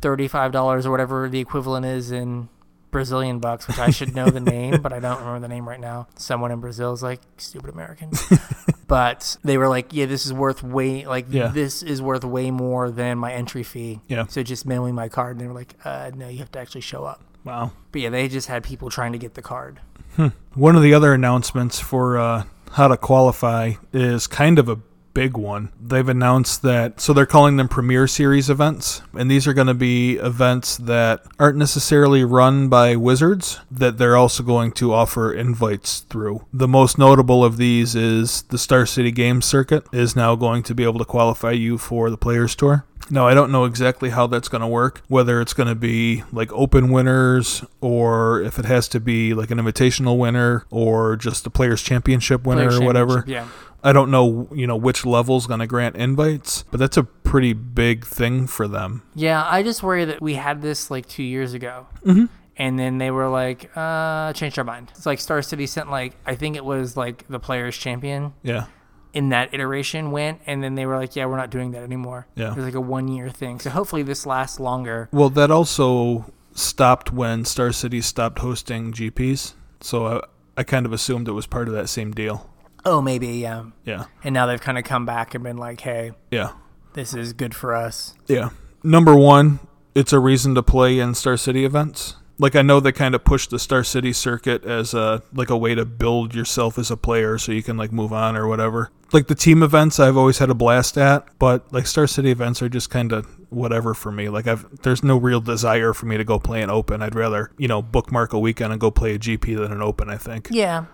Speaker 1: $35 or whatever the equivalent is in Brazilian bucks, which I should know the name, but I don't remember the name right now. Someone in Brazil is like stupid American. but they were like, yeah, this is worth way like
Speaker 2: Yeah.
Speaker 1: this is worth way more than my entry fee.
Speaker 2: Yeah.
Speaker 1: So just mail me my card. And they were like, uh, no, you have to actually show up.
Speaker 2: Wow.
Speaker 1: But yeah, they just had people trying to get the card.
Speaker 2: One of the other announcements for uh, how to qualify is kind of a big one. They've announced that, so they're calling them Premier Series events, and these are going to be events that aren't necessarily run by Wizards, that they're also going to offer invites through. The most notable of these is the Star City Games Circuit is now going to be able to qualify you for the Players Tour. Now, I don't know exactly how that's going to work, whether it's going to be like open winners or if it has to be like an invitational winner or just a players championship winner
Speaker 1: Players'
Speaker 2: or whatever.
Speaker 1: championship, Yeah.
Speaker 2: I don't know, you know, which level's going to grant invites, but that's a pretty big thing for them.
Speaker 1: Yeah. I just worry that we had this like two years ago.
Speaker 2: Mm-hmm.
Speaker 1: And then they were like, uh, changed our mind. It's like Star City sent like, I think it was like the Players Champion
Speaker 2: Yeah.
Speaker 1: in that iteration went. And then they were like, yeah, we're not doing that anymore.
Speaker 2: Yeah.
Speaker 1: It was like a one year thing. So hopefully this lasts longer.
Speaker 2: Well, that also stopped when Star City stopped hosting GPs. So I, I kind of assumed it was part of that same deal.
Speaker 1: Oh, maybe. Yeah.
Speaker 2: Yeah.
Speaker 1: And now they've kind of come back and been like, hey,
Speaker 2: Yeah.
Speaker 1: this is good for us.
Speaker 2: Yeah. Number one, it's a reason to play in Star City events. Like I know they kind of push the Star City circuit as a like a way to build yourself as a player so you can like move on or whatever. Like the team events I've always had a blast at, but like Star City events are just kind of whatever for me. Like I've there's no real desire for me to go play an open. I'd rather, you know, bookmark a weekend and go play a GP than an open, I think.
Speaker 1: Yeah.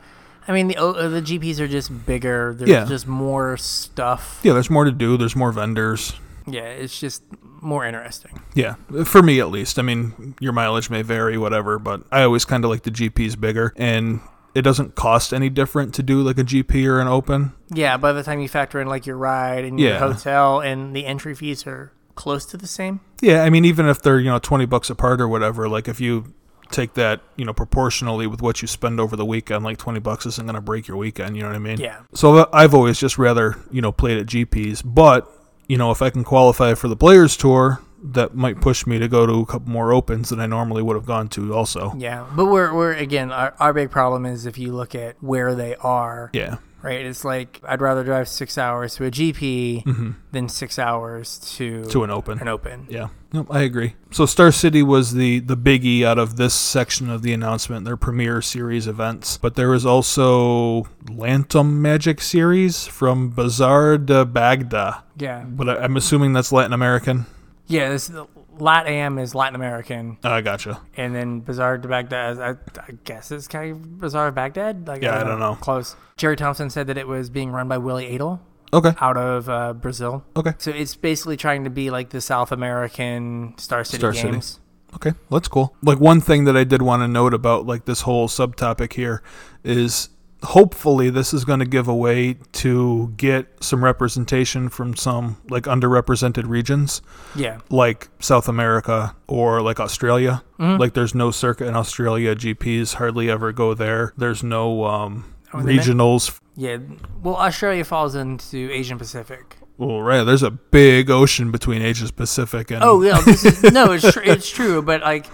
Speaker 1: I mean, the O- uh, the GPs are just bigger. There's
Speaker 2: Yeah.
Speaker 1: just more stuff.
Speaker 2: Yeah, there's more to do, there's more vendors.
Speaker 1: Yeah, it's just more interesting.
Speaker 2: Yeah, for me at least. I mean, your mileage may vary, whatever, but I always kind of like the GPs bigger, and it doesn't cost any different to do like a GP or an open.
Speaker 1: Yeah, by the time you factor in like your ride and your
Speaker 2: Yeah.
Speaker 1: hotel and the entry fees are close to the same.
Speaker 2: Yeah, I mean, even if they're you know twenty bucks apart or whatever, like if you take that you know proportionally with what you spend over the weekend, like twenty bucks isn't going to break your weekend. You know what I mean?
Speaker 1: Yeah.
Speaker 2: So uh, I've always just rather you know played at GPs, but you know if I can qualify for the Players Tour. That might push me to go to a couple more opens than I normally would have gone to. Also,
Speaker 1: Yeah. But we're, we're again, our, our big problem is if you look at where they are,
Speaker 2: yeah,
Speaker 1: right? It's like I'd rather drive six hours to a GP than six hours to,
Speaker 2: Mm-hmm. to an open.
Speaker 1: an open.
Speaker 2: Yeah, nope, I agree. So Star City was the the biggie out of this section of the announcement, their premier series events. But there was also Lantum Magic Series from Bazaar de Bagda.
Speaker 1: Yeah.
Speaker 2: But I, I'm assuming that's Latin American.
Speaker 1: Yeah. This, Lat Am is Latin American.
Speaker 2: I Ah, gotcha.
Speaker 1: and then Bazaar to Baghdad. I, I guess it's kind of Bazaar of Baghdad. Like, uh,
Speaker 2: Yeah, I don't know.
Speaker 1: Close. Jerry Thompson said that it was being run by Willie Adel
Speaker 2: Okay.
Speaker 1: out of uh, Brazil.
Speaker 2: Okay.
Speaker 1: So it's basically trying to be like the South American Star City
Speaker 2: Star City.
Speaker 1: Games.
Speaker 2: Okay, well, that's cool. Like one thing that I did want to note about like this whole subtopic here is hopefully this is going to give a way to get some representation from some like underrepresented regions.
Speaker 1: Yeah.
Speaker 2: like South America or like Australia.
Speaker 1: Mm-hmm.
Speaker 2: Like there's no circuit in Australia. GPs hardly ever go there. There's no um,
Speaker 1: Oh, they may-
Speaker 2: regionals.
Speaker 1: Yeah. Well, Australia falls into Asian Pacific.
Speaker 2: Well, right. There's a big ocean between Asia Pacific and.
Speaker 1: Oh, yeah. This is, no, it's, tr- it's true. But like,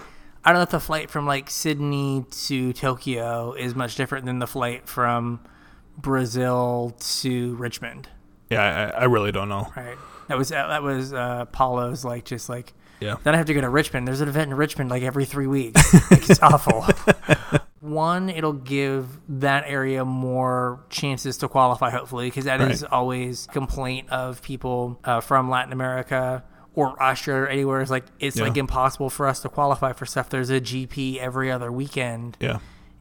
Speaker 1: I don't know if the flight from like Sydney to Tokyo is much different than the flight from Brazil to Richmond.
Speaker 2: yeah, I, I really don't know.
Speaker 1: Right. That was that was uh, Paulo's like just like
Speaker 2: Yeah.
Speaker 1: then I have to go to Richmond. There's an event in Richmond like every three weeks. Like, it's awful. One, it'll give that area more chances to qualify, hopefully, because that is
Speaker 2: Right.
Speaker 1: always a complaint of people uh, from Latin America or Austria or anywhere. It's like it's
Speaker 2: Yeah.
Speaker 1: like impossible for us to qualify for stuff. There's a GP every other weekend
Speaker 2: Yeah.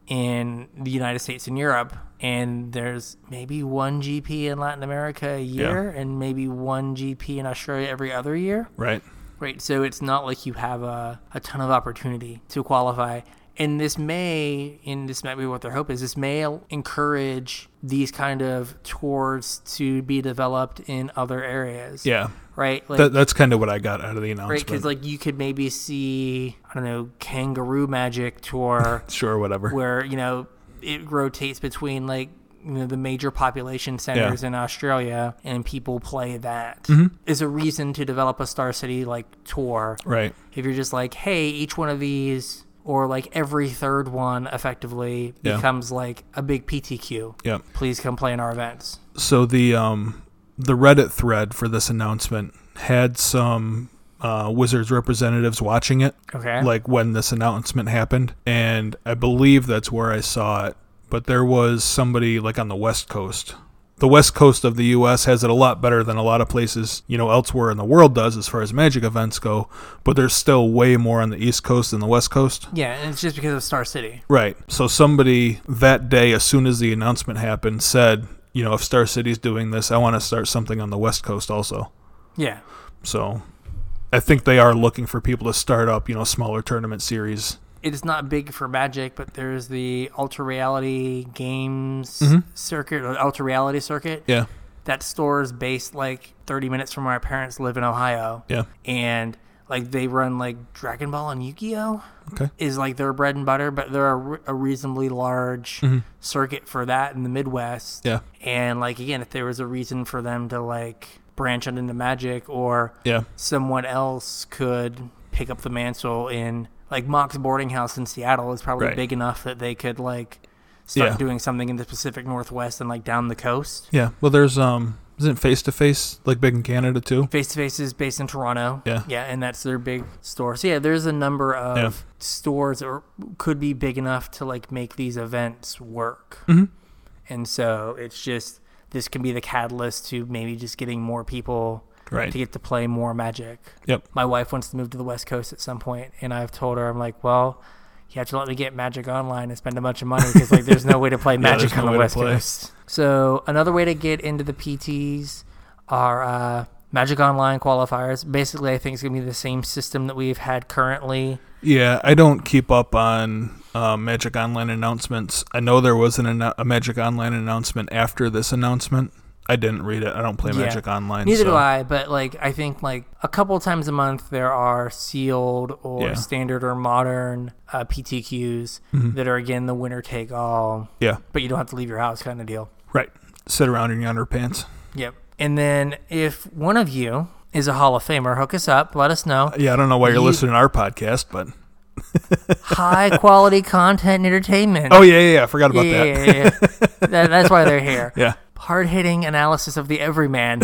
Speaker 1: in the United States and Europe, and there's maybe one GP in Latin America a year, and maybe one GP in Australia every other year.
Speaker 2: Right.
Speaker 1: Right, so it's not like you have a, a ton of opportunity to qualify. And this may, and this might be what their hope is, this may encourage these kind of tours to be developed in other areas.
Speaker 2: Yeah.
Speaker 1: Right? Like,
Speaker 2: That, that's kind of what I got out of the
Speaker 1: right?
Speaker 2: announcement.
Speaker 1: Because, like, you could maybe see, I don't know, Kangaroo Magic Tour
Speaker 2: sure, whatever.
Speaker 1: where you know it rotates between like you know the major population centers in Australia and people play that is
Speaker 2: Mm-hmm.
Speaker 1: a reason to develop a Star City like tour.
Speaker 2: Right.
Speaker 1: If you're just like, hey, each one of these or like every third one effectively
Speaker 2: Yeah.
Speaker 1: becomes like a big PTQ.
Speaker 2: Yeah.
Speaker 1: Please come play in our events.
Speaker 2: So the um the Reddit thread for this announcement had some uh, Wizards representatives watching it,
Speaker 1: Okay.
Speaker 2: like when this announcement happened, and I believe that's where I saw it. But there was somebody like on the West Coast. The West Coast of the U.S. has it a lot better than a lot of places, you know, elsewhere in the world does as far as Magic events go. But there's still way more on the East Coast than the West Coast.
Speaker 1: yeah, and it's just because of Star City.
Speaker 2: Right. So somebody that day, as soon as the announcement happened, said, you know, if Star City's doing this, I want to start something on the West Coast also.
Speaker 1: Yeah.
Speaker 2: So I think they are looking for people to start up, you know, smaller tournament series.
Speaker 1: It's not big for Magic, but there's the Ultra Reality Games circuit or Ultra Reality circuit.
Speaker 2: Mm-hmm. Yeah.
Speaker 1: that store is based like 30 minutes from where my parents live in Ohio.
Speaker 2: Yeah.
Speaker 1: And like they run like Dragon Ball and Yu Gi Oh!
Speaker 2: Okay.
Speaker 1: is like their bread and butter, but they're a, re- a reasonably large circuit for that in the Midwest.
Speaker 2: Mm-hmm. Yeah.
Speaker 1: And like again, if there was a reason for them to like branch out into magic or
Speaker 2: Yeah.
Speaker 1: someone else could pick up the mantle in like Mock's boarding house in Seattle is probably
Speaker 2: Right.
Speaker 1: big enough that they could like start
Speaker 2: Yeah.
Speaker 1: doing something in the Pacific Northwest and like down the coast.
Speaker 2: Yeah. Well, there's, um, isn't face to face like big in Canada too?
Speaker 1: Face to Face is based in Toronto.
Speaker 2: Yeah.
Speaker 1: Yeah, and that's their big store. So yeah, there's a number of
Speaker 2: Yeah.
Speaker 1: stores that are- could be big enough to like make these events work.
Speaker 2: Mm-hmm.
Speaker 1: And so it's just this can be the catalyst to maybe just getting more people
Speaker 2: Right.
Speaker 1: to get to play more Magic.
Speaker 2: Yep.
Speaker 1: My wife wants to move to the West Coast at some point, and I've told her I'm like, well, you have to let me get Magic online and spend a bunch of money because like there's no way to play Magic
Speaker 2: there's no
Speaker 1: on
Speaker 2: way
Speaker 1: the
Speaker 2: to
Speaker 1: West
Speaker 2: play.
Speaker 1: Coast. So another way to get into the PTs are uh, Magic Online qualifiers. Basically, I think it's gonna be the same system that we've had currently.
Speaker 2: Yeah. I don't keep up on. Uh, Magic Online announcements. I know there was an anno- a Magic Online announcement after this announcement. I didn't read it. I don't play
Speaker 1: Yeah.
Speaker 2: Magic Online.
Speaker 1: Neither
Speaker 2: so.
Speaker 1: do I, but like I think like a couple times a month there are sealed or
Speaker 2: Yeah. Mm-hmm.
Speaker 1: standard or modern uh, PTQs that are again the winner take all,
Speaker 2: Yeah.
Speaker 1: but you don't have to leave your house kind of deal.
Speaker 2: Right. Sit around in your underpants.
Speaker 1: Yep. And then if one of you is a Hall of Famer, hook us up. Let us know.
Speaker 2: Yeah, I don't know why you're
Speaker 1: You-
Speaker 2: listening to our podcast, but
Speaker 1: High quality content and entertainment.
Speaker 2: oh yeah, yeah, yeah. I forgot about
Speaker 1: yeah,
Speaker 2: that.
Speaker 1: yeah, yeah, yeah. That- that's why they're here.
Speaker 2: Yeah.
Speaker 1: Hard hitting analysis of the everyman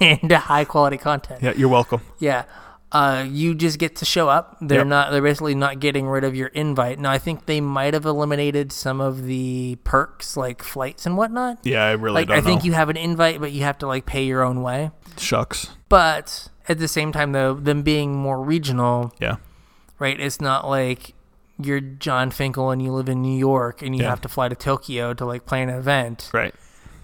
Speaker 1: and high quality content.
Speaker 2: yeah, You're welcome.
Speaker 1: Yeah. Uh, you just get to show up. They're
Speaker 2: Yep.
Speaker 1: not. They're basically not getting rid of your invite. Now, I think they might have eliminated some of the perks like flights and whatnot.
Speaker 2: Yeah, I really
Speaker 1: Like,
Speaker 2: don't
Speaker 1: I think
Speaker 2: know.
Speaker 1: you have an invite, but you have to like pay your own way.
Speaker 2: Shucks.
Speaker 1: But at the same time, though, them being more regional,
Speaker 2: Yeah,
Speaker 1: right? It's not like you're John Finkel and you live in New York and you
Speaker 2: Yeah.
Speaker 1: have to fly to Tokyo to like play an event.
Speaker 2: right.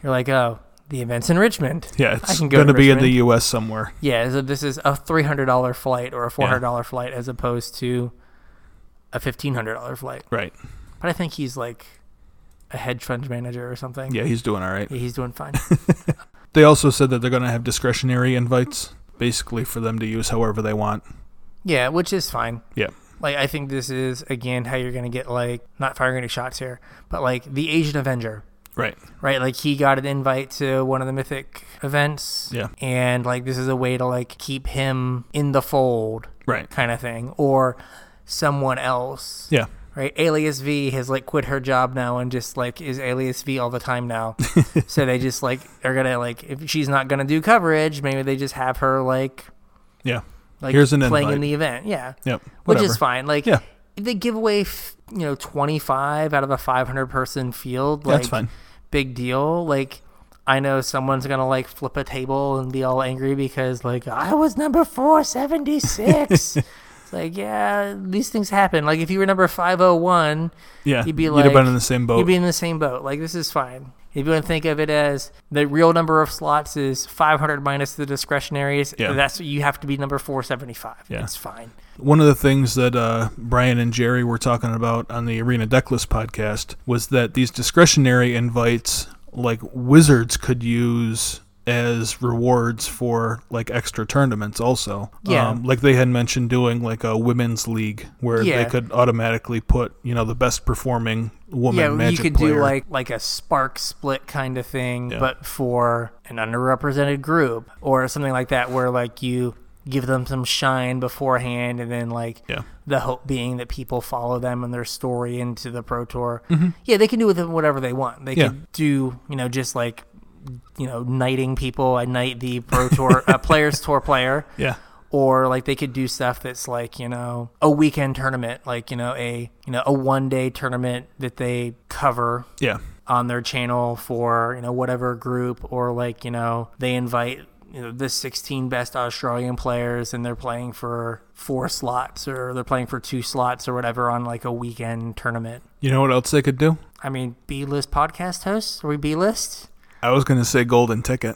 Speaker 1: You're like, oh, the event's in Richmond.
Speaker 2: Yeah, it's
Speaker 1: can go
Speaker 2: going to
Speaker 1: to
Speaker 2: be in the
Speaker 1: Richmond.
Speaker 2: U.S. somewhere.
Speaker 1: Yeah, so this is a three hundred dollar flight or a four hundred dollar flight as opposed to a fifteen hundred dollar flight.
Speaker 2: Right.
Speaker 1: But I think he's like a hedge fund manager or something.
Speaker 2: Yeah, he's doing all right.
Speaker 1: Yeah, he's doing fine.
Speaker 2: They also said that they're going to have discretionary invites, basically for them to use however they want.
Speaker 1: yeah, which is fine.
Speaker 2: Yeah.
Speaker 1: Like I think this is again how you're gonna get like not firing any shots here, but like the Asian Avenger.
Speaker 2: Right.
Speaker 1: right? Like he got an invite to one of the mythic events.
Speaker 2: Yeah.
Speaker 1: And like this is a way to like keep him in the fold
Speaker 2: Right.
Speaker 1: kind of thing or someone else.
Speaker 2: Yeah.
Speaker 1: Right? Alias V has like quit her job now and just like is Alias V all the time now. so they just like are going to like if she's not going to do coverage, maybe they just have her like
Speaker 2: Yeah.
Speaker 1: like
Speaker 2: Here's an
Speaker 1: playing in
Speaker 2: invite.
Speaker 1: the event. Yeah.
Speaker 2: Yep.
Speaker 1: Which
Speaker 2: Whatever.
Speaker 1: is fine. Like
Speaker 2: Yeah.
Speaker 1: if they give away, f- you know, 25 out of a 500 person field, like
Speaker 2: That's fine.
Speaker 1: big deal. Like, I know someone's gonna like flip a table and be all angry because like I was number four seventy six. it's like yeah, these things happen. Like if you were number five oh one,
Speaker 2: Yeah.
Speaker 1: you'd be
Speaker 2: have
Speaker 1: like-
Speaker 2: been in the same boat.
Speaker 1: you'd be in the same boat. Like this is fine. If you want to think of it as the real number of slots is 500 minus the discretionaries,
Speaker 2: Yeah.
Speaker 1: that's you have to be number 475.
Speaker 2: Yeah.
Speaker 1: It's fine.
Speaker 2: One of the things that uh, Brian and Jerry were talking about on the Arena Decklist podcast was that these discretionary invites, like wizards, could use as rewards for like extra tournaments also Um,
Speaker 1: Yeah.
Speaker 2: like they had mentioned doing like a women's league where
Speaker 1: Yeah.
Speaker 2: they could automatically put you know the best performing woman
Speaker 1: yeah,
Speaker 2: magic
Speaker 1: you could
Speaker 2: player
Speaker 1: do like like a spark split kind of thing,
Speaker 2: Yeah.
Speaker 1: but for an underrepresented group or something like that, where like you give them some shine beforehand, and then like
Speaker 2: Yeah.
Speaker 1: the hope being that people follow them and their story into the pro tour. Yeah, they can do with it whatever they want. They
Speaker 2: Mm-hmm. Yeah.
Speaker 1: could do you know just like you know knighting people. I knight the pro tour a players tour player
Speaker 2: yeah
Speaker 1: or like they could do stuff that's like you know a weekend tournament like you know a you know a one day tournament that they cover
Speaker 2: yeah
Speaker 1: on their channel for you know whatever group or like you know they invite you know the 16 best australian players and they're playing for four slots or they're playing for two slots or whatever on like a weekend tournament
Speaker 2: you know what else they could do
Speaker 1: i mean b-list podcast hosts are we b-list
Speaker 2: i was going to say golden ticket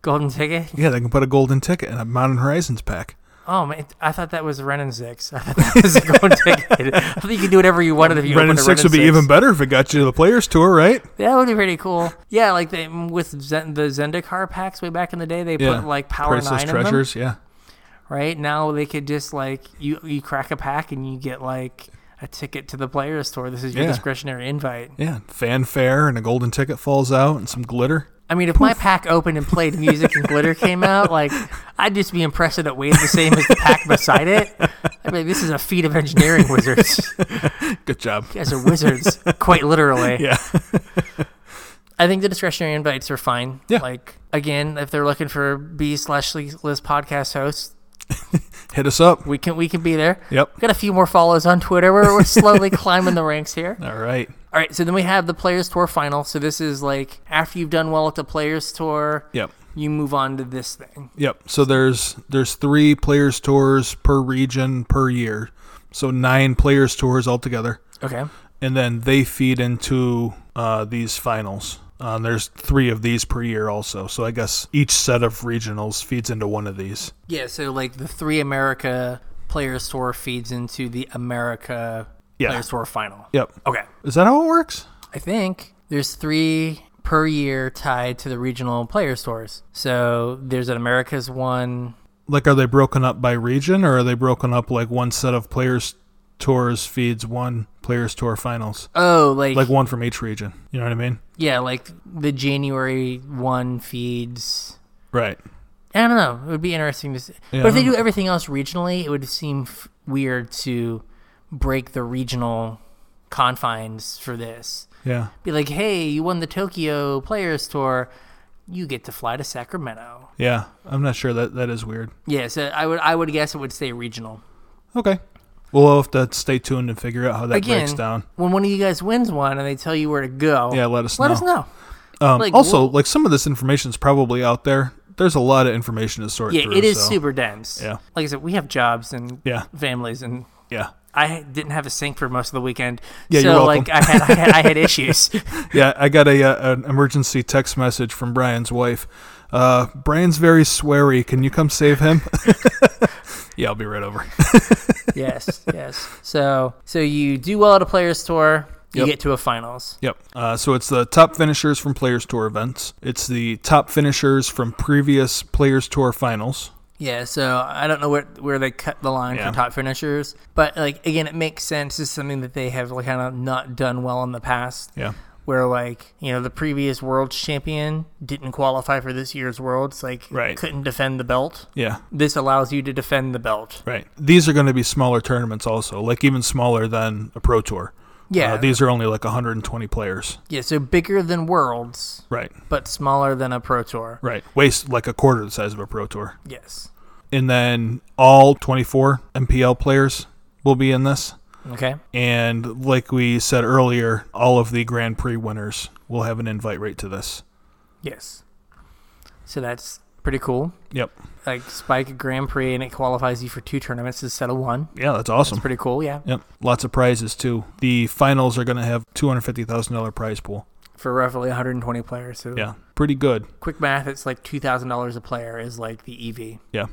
Speaker 1: golden ticket
Speaker 2: yeah they can put a golden ticket in a modern horizons pack
Speaker 1: Oh man, I thought that was Ren and Zix. I thought that was a golden ticket. I think you could do whatever you wanted if you
Speaker 2: Ren
Speaker 1: opened
Speaker 2: and
Speaker 1: a
Speaker 2: Six would be
Speaker 1: Six.
Speaker 2: even better if it got you to the Players Tour, right?
Speaker 1: That would be pretty cool. Yeah, like they, mm, with Zen, the Zendikar packs way back in the day, they
Speaker 2: Yeah.
Speaker 1: put like power nine in them.
Speaker 2: treasures, yeah.
Speaker 1: Right now they could just like you you crack a pack and you get like a ticket to the players store. This is your
Speaker 2: Yeah.
Speaker 1: discretionary invite.
Speaker 2: Yeah, fanfare and a golden ticket falls out and some glitter.
Speaker 1: I mean, if my pack opened and played music and glitter came out, like I'd just be impressed that it weighed the same as the pack beside it. I mean, this is a feat of engineering, wizards.
Speaker 2: Good job.
Speaker 1: You guys are wizards, quite literally.
Speaker 2: Yeah.
Speaker 1: I think the discretionary invites are fine.
Speaker 2: Yeah.
Speaker 1: Like again, if they're looking for B slash list podcast hosts,
Speaker 2: Hit us up.
Speaker 1: we can we can be there.
Speaker 2: Yep.
Speaker 1: We've got a few more follows on Twitter. We're, we're slowly climbing the ranks here.
Speaker 2: All right.
Speaker 1: All right, so then we have the Players Tour final. So this is like after you've done well at the Players Tour,
Speaker 2: Yep.
Speaker 1: you move on to this thing.
Speaker 2: Yep. So there's there's three players tours per region per year. So nine players tours altogether.
Speaker 1: Okay.
Speaker 2: And then they feed into uh, these finals. Uh, there's three of these per year also. So I guess each set of regionals feeds into one of these.
Speaker 1: Yeah. So like the three America Players Tour feeds into the America
Speaker 2: Yeah.
Speaker 1: Players Tour final.
Speaker 2: Yep.
Speaker 1: Okay.
Speaker 2: Is that how it works?
Speaker 1: I think there's three per year tied to the regional player stores. So there's an America's one.
Speaker 2: Like, are they broken up by region, or are they broken up like one set of players tours feeds one players tour finals,
Speaker 1: Oh, like,
Speaker 2: like one from each region? You know what I mean?
Speaker 1: yeah, like the January one feeds.
Speaker 2: Right.
Speaker 1: I don't know. It would be interesting to see.
Speaker 2: Yeah,
Speaker 1: but if they
Speaker 2: I don't-
Speaker 1: do everything else regionally, it would seem f- weird to break the regional confines for this.
Speaker 2: Yeah.
Speaker 1: Be like, hey, you won the Tokyo Players Tour. You get to fly to Sacramento.
Speaker 2: Yeah. I'm not sure that that is weird.
Speaker 1: Yeah, so I would I would guess it would stay regional.
Speaker 2: Okay. Well, we'll have to stay tuned and figure out how that
Speaker 1: Again,
Speaker 2: breaks down.
Speaker 1: when one of you guys wins one and they tell you where to go,
Speaker 2: Yeah, let us
Speaker 1: let
Speaker 2: know.
Speaker 1: us know.
Speaker 2: Um,
Speaker 1: like,
Speaker 2: also,
Speaker 1: we'll-
Speaker 2: like some of this information is probably out there. There's a lot of information to sort
Speaker 1: Yeah,
Speaker 2: through.
Speaker 1: it is
Speaker 2: so-
Speaker 1: super dense.
Speaker 2: Yeah.
Speaker 1: Like I said, we have jobs and
Speaker 2: Yeah.
Speaker 1: families, and
Speaker 2: Yeah.
Speaker 1: I didn't have a sink for most of the weekend.
Speaker 2: Yeah,
Speaker 1: so
Speaker 2: you're
Speaker 1: like I had, I had I had issues.
Speaker 2: Yeah, I got a uh, an emergency text message from Brian's wife. Uh, Brian's very sweary. Can you come save him? yeah, I'll be right over.
Speaker 1: yes, yes. So so you do well at a players tour, you
Speaker 2: Yep.
Speaker 1: get to a finals.
Speaker 2: Yep. Uh, so it's the top finishers from Players Tour events. It's the top finishers from previous Players Tour finals.
Speaker 1: Yeah, so I don't know where where they cut the line
Speaker 2: Yeah.
Speaker 1: for top finishers, but like again, it makes sense. It's something that they have like, kind of not done well in the past.
Speaker 2: Yeah.
Speaker 1: where like you know the previous world champion didn't qualify for this year's worlds like
Speaker 2: Right.
Speaker 1: couldn't defend the belt
Speaker 2: Yeah.
Speaker 1: this allows you to defend the belt
Speaker 2: Right. These are going to be smaller tournaments also, like even smaller than a Pro Tour.
Speaker 1: yeah
Speaker 2: Uh, these are only like 120 players.
Speaker 1: yeah so bigger than worlds
Speaker 2: Right.
Speaker 1: but smaller than a pro tour
Speaker 2: Right. Waste like a quarter the size of a Pro Tour.
Speaker 1: yes
Speaker 2: And then all 24 MPL players will be in this.
Speaker 1: okay
Speaker 2: And like we said earlier, all of the Grand Prix winners will have an invite right to this.
Speaker 1: yes so that's pretty cool
Speaker 2: Yep.
Speaker 1: like spike a grand prix and it qualifies you for two tournaments instead of one
Speaker 2: Yeah, that's awesome.
Speaker 1: it's pretty cool yeah
Speaker 2: Yep. Lots of prizes too. The finals are going to have $250,000 prize pool.
Speaker 1: for roughly 120 players. So
Speaker 2: Yeah, pretty good.
Speaker 1: quick math, it's like two thousand dollars a player is like the EV,
Speaker 2: Yeah.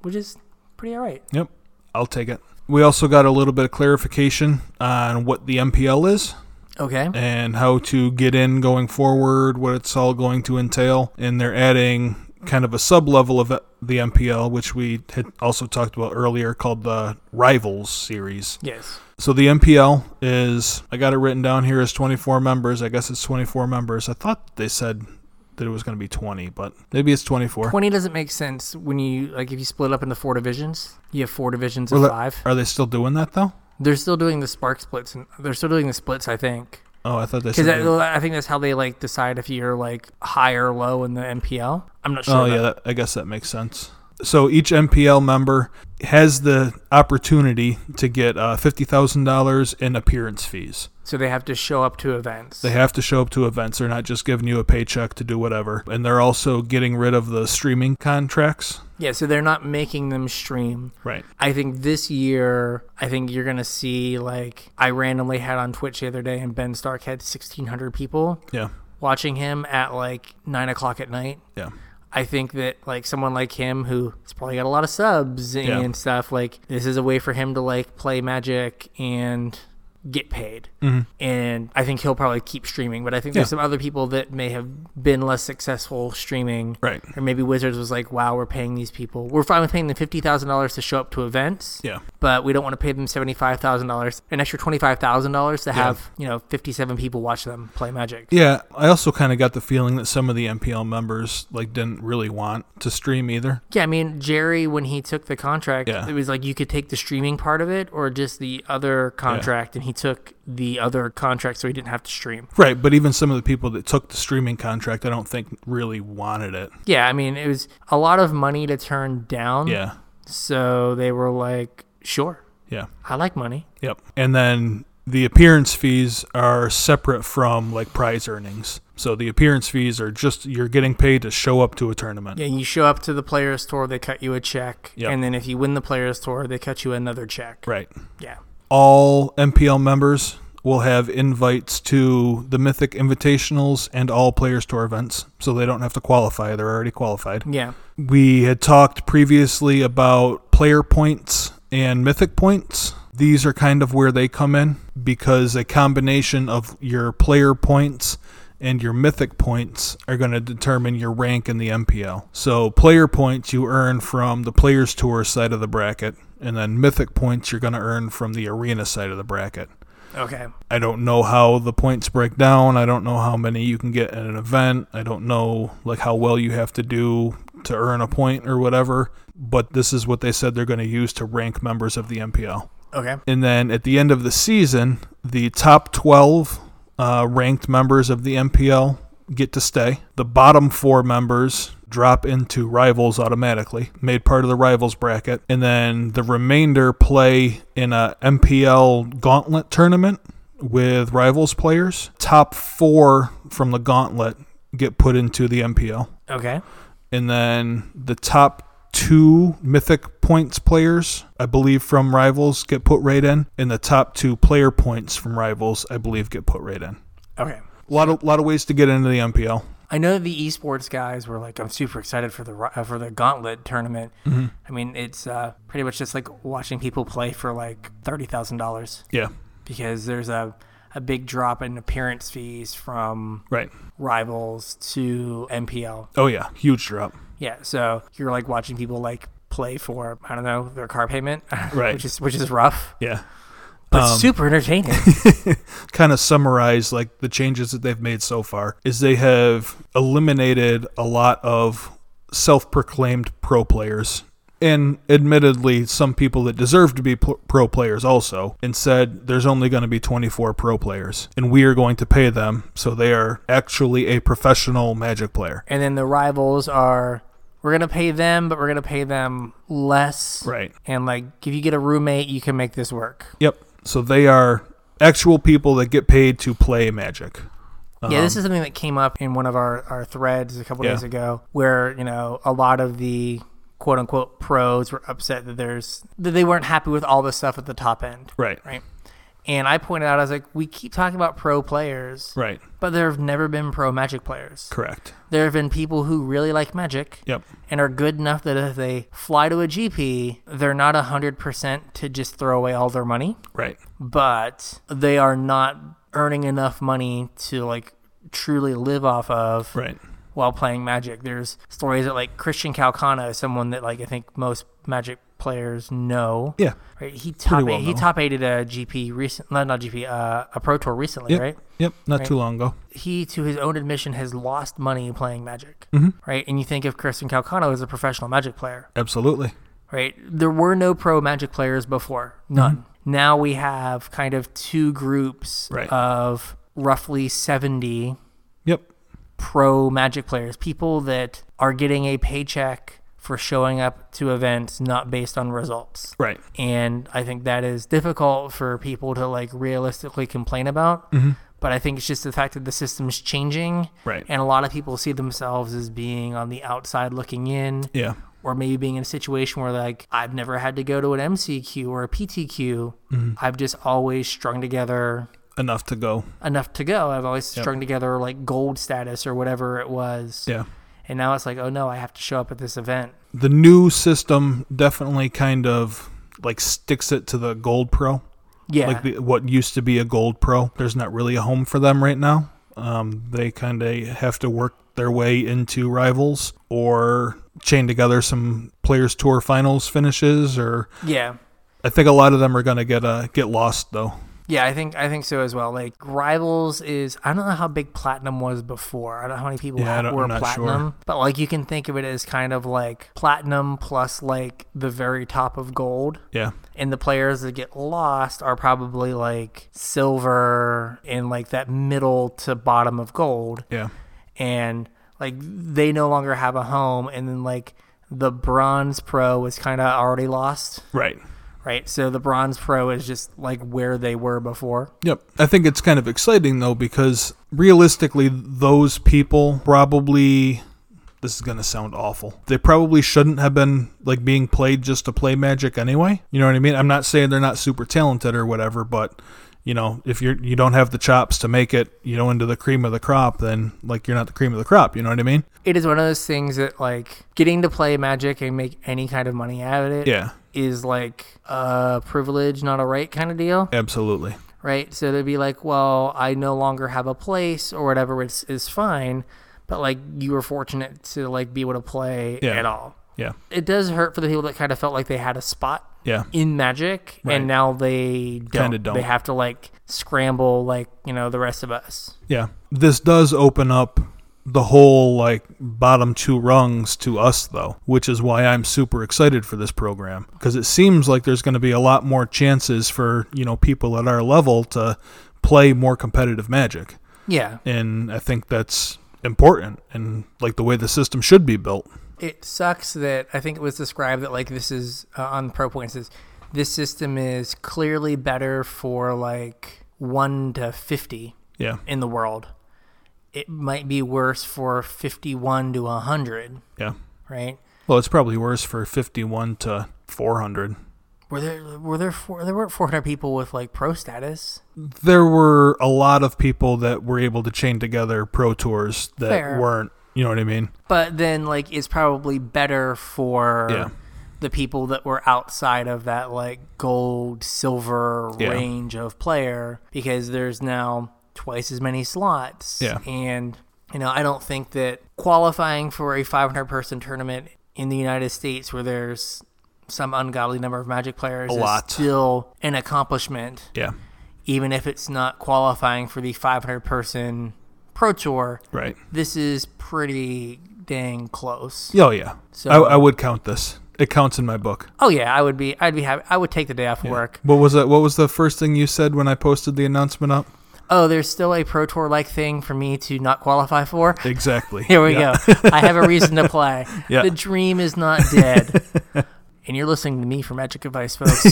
Speaker 1: which is pretty all right.
Speaker 2: Yep. I'll take it. We also got a little bit of clarification on what the MPL is
Speaker 1: Okay.
Speaker 2: and how to get in going forward, what it's all going to entail. And they're adding kind of a sub level of the MPL, which we had also talked about earlier, called the Rivals series.
Speaker 1: Yes.
Speaker 2: So the MPL is, I got it written down here as 24 members. I guess it's 24 members. I thought they said that it was going to be 20, but maybe it's 24.
Speaker 1: Twenty doesn't make sense when you like if you split up into four divisions. You have four divisions
Speaker 2: Well,
Speaker 1: of
Speaker 2: that-
Speaker 1: five.
Speaker 2: Are they still doing that though?
Speaker 1: They're still doing the spark splits. And they're still doing the splits, I think,
Speaker 2: Oh, I thought they said.
Speaker 1: because
Speaker 2: they-
Speaker 1: I, I think that's how they like decide if you're like high or low in the MPL. I'm not sure.
Speaker 2: Oh,
Speaker 1: about
Speaker 2: yeah, that, I guess that makes sense. So each MPL member has the opportunity to get uh, $50,000 in appearance fees.
Speaker 1: So they have to show up to events.
Speaker 2: They have to show up to events. They're not just giving you a paycheck to do whatever. And they're also getting rid of the streaming contracts.
Speaker 1: yeah, so they're not making them stream.
Speaker 2: Right.
Speaker 1: I think this year, I think you're going to see like I randomly had on Twitch the other day and Ben Stark had 1,600 people
Speaker 2: Yeah.
Speaker 1: watching him at like nine o'clock at night.
Speaker 2: Yeah.
Speaker 1: I think that like someone like him who's probably got a lot of subs and
Speaker 2: Yeah.
Speaker 1: stuff like this is a way for him to like play Magic and get paid. And I think he'll probably keep streaming, but I think there's
Speaker 2: Mm-hmm. Yeah.
Speaker 1: some other people that may have been less successful streaming.
Speaker 2: Right.
Speaker 1: Or maybe Wizards was like, "Wow, we're paying these people. We're fine with paying them fifty thousand dollars to show up to events,
Speaker 2: Yeah.
Speaker 1: but we don't want to pay them seventy five thousand dollars, an extra twenty five thousand dollars to have you know fifty seven people watch them play Magic."
Speaker 2: Yeah. I also kind of got the feeling that some of the MPL members like didn't really want to stream either.
Speaker 1: Yeah, I mean Jerry when he took the contract,
Speaker 2: Yeah.
Speaker 1: it was like you could take the streaming part of it or just the other contract, and he took the other contract so he didn't have to stream.
Speaker 2: Right, but even some of the people that took the streaming contract, I don't think really wanted it.
Speaker 1: Yeah, I mean it was a lot of money to turn down.
Speaker 2: Yeah.
Speaker 1: So they were like, "Sure,
Speaker 2: Yeah.
Speaker 1: I like money."
Speaker 2: Yep. And then the appearance fees are separate from like prize earnings. So the appearance fees are just you're getting paid to show up to a tournament.
Speaker 1: Yeah, you show up to the players tour, they cut you a check,
Speaker 2: Yep.
Speaker 1: and then if you win the players tour, they cut you another check.
Speaker 2: Right.
Speaker 1: Yeah.
Speaker 2: All MPL members will have invites to the Mythic Invitationals and all Players Tour events, so they don't have to qualify. They're already qualified.
Speaker 1: Yeah.
Speaker 2: We had talked previously about player points and mythic points. These are kind of where they come in because a combination of your player points and your mythic points are going to determine your rank in the MPL. So, player points you earn from the players tour side of the bracket, and then mythic points you're going to earn from the arena side of the bracket.
Speaker 1: Okay.
Speaker 2: I don't know how the points break down. I don't know how many you can get at an event. I don't know like how well you have to do to earn a point or whatever. But this is what they said they're going to use to rank members of the MPL.
Speaker 1: Okay.
Speaker 2: And then at the end of the season, the top 12 uh, ranked members of the MPL get to stay. The bottom four members drop into rivals automatically, made part of the rivals bracket. And then the remainder play in a MPL gauntlet tournament with rivals players. Top four from the gauntlet get put into the MPL
Speaker 1: Okay.
Speaker 2: and then the top two mythic points players i believe from rivals get put right in and the top two player points from rivals i believe get put right in
Speaker 1: Okay.
Speaker 2: a lot of, lot of ways to get into the mpl
Speaker 1: I know the esports guys were like, "I'm super excited for the ri- uh, for the Gauntlet tournament."
Speaker 2: Mm-hmm.
Speaker 1: I mean, it's uh, pretty much just like watching people play for like thirty thousand dollars
Speaker 2: yeah
Speaker 1: because there's a a big drop in appearance fees from
Speaker 2: right
Speaker 1: rivals to MPL.
Speaker 2: oh yeah huge drop
Speaker 1: Yeah, so you're like watching people like play for I don't know their car payment,
Speaker 2: Right. Um,
Speaker 1: which is which is rough,
Speaker 2: yeah
Speaker 1: but super entertaining.
Speaker 2: kind of summarize like the changes that they've made so far is they have eliminated a lot of self-proclaimed pro players and admittedly some people that deserve to be pl- pro players also and said there's only going to be 24 pro players and we are going to pay them so they are actually a professional magic player
Speaker 1: and then the rivals are we're gonna pay them, but we're gonna pay them less.
Speaker 2: right
Speaker 1: And like, if you get a roommate, you can make this work.
Speaker 2: yep so they are actual people that get paid to play magic
Speaker 1: yeah, this is something that came up in one of our, our threads a couple
Speaker 2: Uh-huh. Yeah.
Speaker 1: days ago, where you know a lot of the quote unquote pros were upset that there's that they weren't happy with all the stuff at the top end,
Speaker 2: right
Speaker 1: right? And I pointed out, I was like, we keep talking about pro players,
Speaker 2: Right.
Speaker 1: but there have never been pro Magic players.
Speaker 2: Correct.
Speaker 1: There have been people who really like Magic
Speaker 2: Yep.
Speaker 1: and are good enough that if they fly to a GP, they're not 100% to just throw away all their money,
Speaker 2: Right.
Speaker 1: but they are not earning enough money to like truly live off of
Speaker 2: Right.
Speaker 1: while playing Magic. There's stories that like Christian Calcana is someone that like I think most Magic players know.
Speaker 2: Yeah.
Speaker 1: Right, he top
Speaker 2: well
Speaker 1: eight, he
Speaker 2: known.
Speaker 1: top eighted a GP recent, no, not GP, uh, a Pro Tour recently,
Speaker 2: Yep.
Speaker 1: right?
Speaker 2: Yep. Not
Speaker 1: Right.
Speaker 2: too long ago.
Speaker 1: He, to his own admission, has lost money playing Magic,
Speaker 2: Mm-hmm.
Speaker 1: right? And you think of Kristen Calcano as a professional Magic player,
Speaker 2: Absolutely.
Speaker 1: right? There were no pro Magic players before, none. Now we have kind of two groups
Speaker 2: Mm-hmm. Right.
Speaker 1: of roughly seventy
Speaker 2: Yep.
Speaker 1: pro Magic players, people that are getting a paycheck for showing up to events not based on results.
Speaker 2: Right.
Speaker 1: and I think that is difficult for people to like realistically complain about. But I think it's just the fact that the system's changing,
Speaker 2: Mm-hmm. Right.
Speaker 1: And a lot of people see themselves as being on the outside looking in,
Speaker 2: Yeah.
Speaker 1: or maybe being in a situation where like I've never had to go to an MCQ or a PTQ.
Speaker 2: Mm-hmm.
Speaker 1: I've just always strung together
Speaker 2: Enough to go.
Speaker 1: enough to go. I've always strung together like gold status or whatever it was.
Speaker 2: Yeah.
Speaker 1: And now it's like, oh no, I have to show up at this event.
Speaker 2: The new system definitely kind of like sticks it to the gold pro.
Speaker 1: Yeah.
Speaker 2: like the, what used to be a gold pro. There's not really a home for them right now. Um, they kind of have to work their way into rivals or chain together some players tour finals finishes or
Speaker 1: yeah.
Speaker 2: I think a lot of them are going to get uh, get lost though.
Speaker 1: Yeah, I think I think so as well. Like Rivals is I don't know how big Platinum was before. I don't know how many people
Speaker 2: Yeah, I
Speaker 1: ha-
Speaker 2: don't-
Speaker 1: were
Speaker 2: I'm not
Speaker 1: Platinum,
Speaker 2: sure.
Speaker 1: but like you can think of it as kind of like Platinum plus like the very top of Gold.
Speaker 2: Yeah.
Speaker 1: And the players that get lost are probably like silver and like that middle to bottom of gold
Speaker 2: Yeah.
Speaker 1: and like they no longer have a home and then like the bronze pro was kind of already lost,
Speaker 2: Right.
Speaker 1: right? So the bronze pro is just like where they were before.
Speaker 2: Yep. I think it's kind of exciting though because realistically those people probably this is going to sound awful. They probably shouldn't have been like being played just to play Magic anyway. You know what I mean? I'm not saying they're not super talented or whatever, but you know, if you're you don't have the chops to make it, you know, into the cream of the crop, then like you're not the cream of the crop, you know what I mean?
Speaker 1: it is one of those things that like getting to play magic and make any kind of money out of it is
Speaker 2: Yeah.
Speaker 1: like a privilege not a right kind of deal
Speaker 2: Absolutely.
Speaker 1: right so they'd be like well i no longer have a place or whatever it's is fine but like you were fortunate to like be able to play
Speaker 2: Yeah.
Speaker 1: at all
Speaker 2: Yeah.
Speaker 1: it does hurt for the people that kind of felt like they had a spot
Speaker 2: Yeah.
Speaker 1: in magic
Speaker 2: Right.
Speaker 1: and now they don't.
Speaker 2: Kinda don't.
Speaker 1: they have to like scramble like you know the rest of us
Speaker 2: Yeah. This does open up the whole like bottom two rungs to us though, which is why I'm super excited for this program because it seems like there's going to be a lot more chances for, you know, people at our level to play more competitive magic.
Speaker 1: yeah
Speaker 2: And I think that's important and like the way the system should be built.
Speaker 1: it sucks that I think it was described that like this is uh, on pro points is this system is clearly better for like 1 to 50
Speaker 2: Yeah.
Speaker 1: in the world. It might be worse for 51 to 100,
Speaker 2: Yeah.
Speaker 1: right?
Speaker 2: Well, it's probably worse for 51 to 400.
Speaker 1: Were there were there four, there weren't 400 people with like pro status?
Speaker 2: there were a lot of people that were able to chain together pro tours that
Speaker 1: Fair.
Speaker 2: weren't you know what i mean
Speaker 1: But then like it's probably better for
Speaker 2: Yeah.
Speaker 1: the people that were outside of that like gold silver
Speaker 2: Yeah.
Speaker 1: range of player because there's now twice as many slots.
Speaker 2: Yeah.
Speaker 1: And you know, I don't think that qualifying for a 500 person tournament in the United States where there's some ungodly number of magic players is
Speaker 2: lot.
Speaker 1: still an accomplishment
Speaker 2: yeah
Speaker 1: even if it's not qualifying for the 500 person pro tour.
Speaker 2: right
Speaker 1: This is pretty dang close.
Speaker 2: oh yeah
Speaker 1: So-
Speaker 2: I, I would count this it counts in my book
Speaker 1: Oh yeah, I would be. I'd be happy. I would take the day off work.
Speaker 2: what was that what was the first thing you said when i posted the announcement up
Speaker 1: Oh, there's still a pro tour like thing for me to not qualify for.
Speaker 2: exactly
Speaker 1: Here we
Speaker 2: Yeah.
Speaker 1: go. I have a reason to play.
Speaker 2: Yeah.
Speaker 1: The dream is not dead. and you're listening to me for magic advice, folks.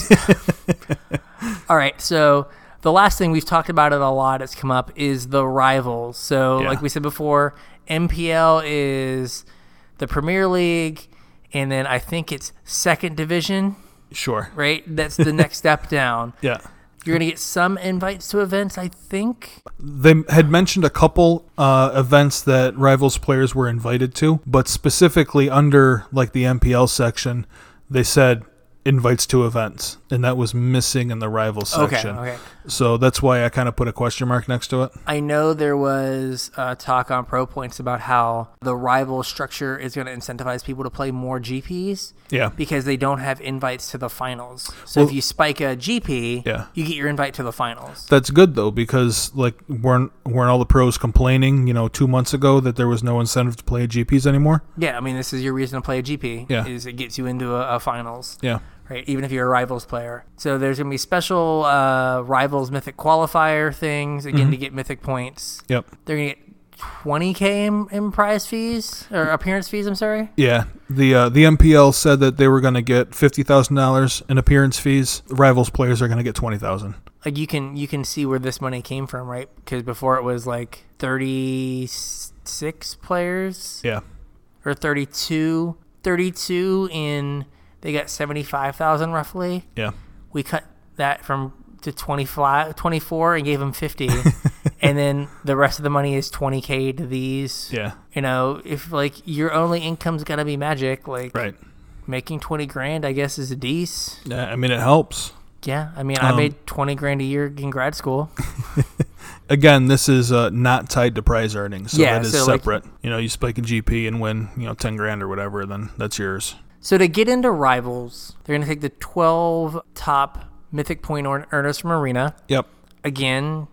Speaker 1: All right, so the last thing we've talked about it a lot. It's come up is the rivals. So,
Speaker 2: Yeah.
Speaker 1: like we said before, MPL is the Premier League, and then I think it's second division.
Speaker 2: sure
Speaker 1: Right, that's the next step down.
Speaker 2: yeah
Speaker 1: You're gonna get some invites to events, I think.
Speaker 2: They had mentioned a couple uh, events that Rivals players were invited to, but specifically under like the MPL section, they said invites to events, and that was missing in the Rivals
Speaker 1: Okay,
Speaker 2: section.
Speaker 1: okay.
Speaker 2: So that's why I kind of put a question mark next to it.
Speaker 1: I know there was uh, talk on Pro Points about how the rival structure is going to incentivize people to play more GPs
Speaker 2: Yeah.
Speaker 1: because they don't have invites to the finals. So if
Speaker 2: Well-
Speaker 1: you spike a GP,
Speaker 2: Yeah.
Speaker 1: you get your invite to the finals.
Speaker 2: That's good though because like weren't weren't all the pros complaining, you know, 2 months ago that there was no incentive to play GPs anymore?
Speaker 1: yeah, I mean, this is your reason to play a GP.
Speaker 2: Yeah.
Speaker 1: is it gets you into a, a finals.
Speaker 2: Yeah.
Speaker 1: Right, even if you're a rivals player. So there's gonna be special uh, rivals mythic qualifier things
Speaker 2: Mm-hmm.
Speaker 1: again to get mythic points.
Speaker 2: Yep.
Speaker 1: They're gonna get 20k in, in prize fees or appearance fees. I'm sorry.
Speaker 2: Yeah, the uh, the MPL said that they were going to get fifty thousand dollars in appearance fees. Rivals players are going to get twenty thousand.
Speaker 1: like you can you can see where this money came from, right? Because before it was like thirty six players
Speaker 2: Yeah,
Speaker 1: or 32, 32 in they got seventy five thousand roughly.
Speaker 2: yeah,
Speaker 1: We cut that from to 25, 24 and gave them fifty, and then the rest of the money is twenty k to these.
Speaker 2: yeah.
Speaker 1: You know, if like your only income's gotta be magic, like
Speaker 2: Right.
Speaker 1: making twenty grand, I guess, is a decent.
Speaker 2: Yeah, I mean it helps.
Speaker 1: Yeah, I mean, I
Speaker 2: Um,
Speaker 1: made twenty grand a year in grad school.
Speaker 2: Again, this is uh, not tied to prize earnings, so
Speaker 1: Yeah,
Speaker 2: that is
Speaker 1: so, like-
Speaker 2: separate. you know, you spike a GP and win, you know, ten grand or whatever, then that's yours.
Speaker 1: So to get into rivals, they're going to take the 12 top mythic point earn- earners from arena.
Speaker 2: Yep.
Speaker 1: Again,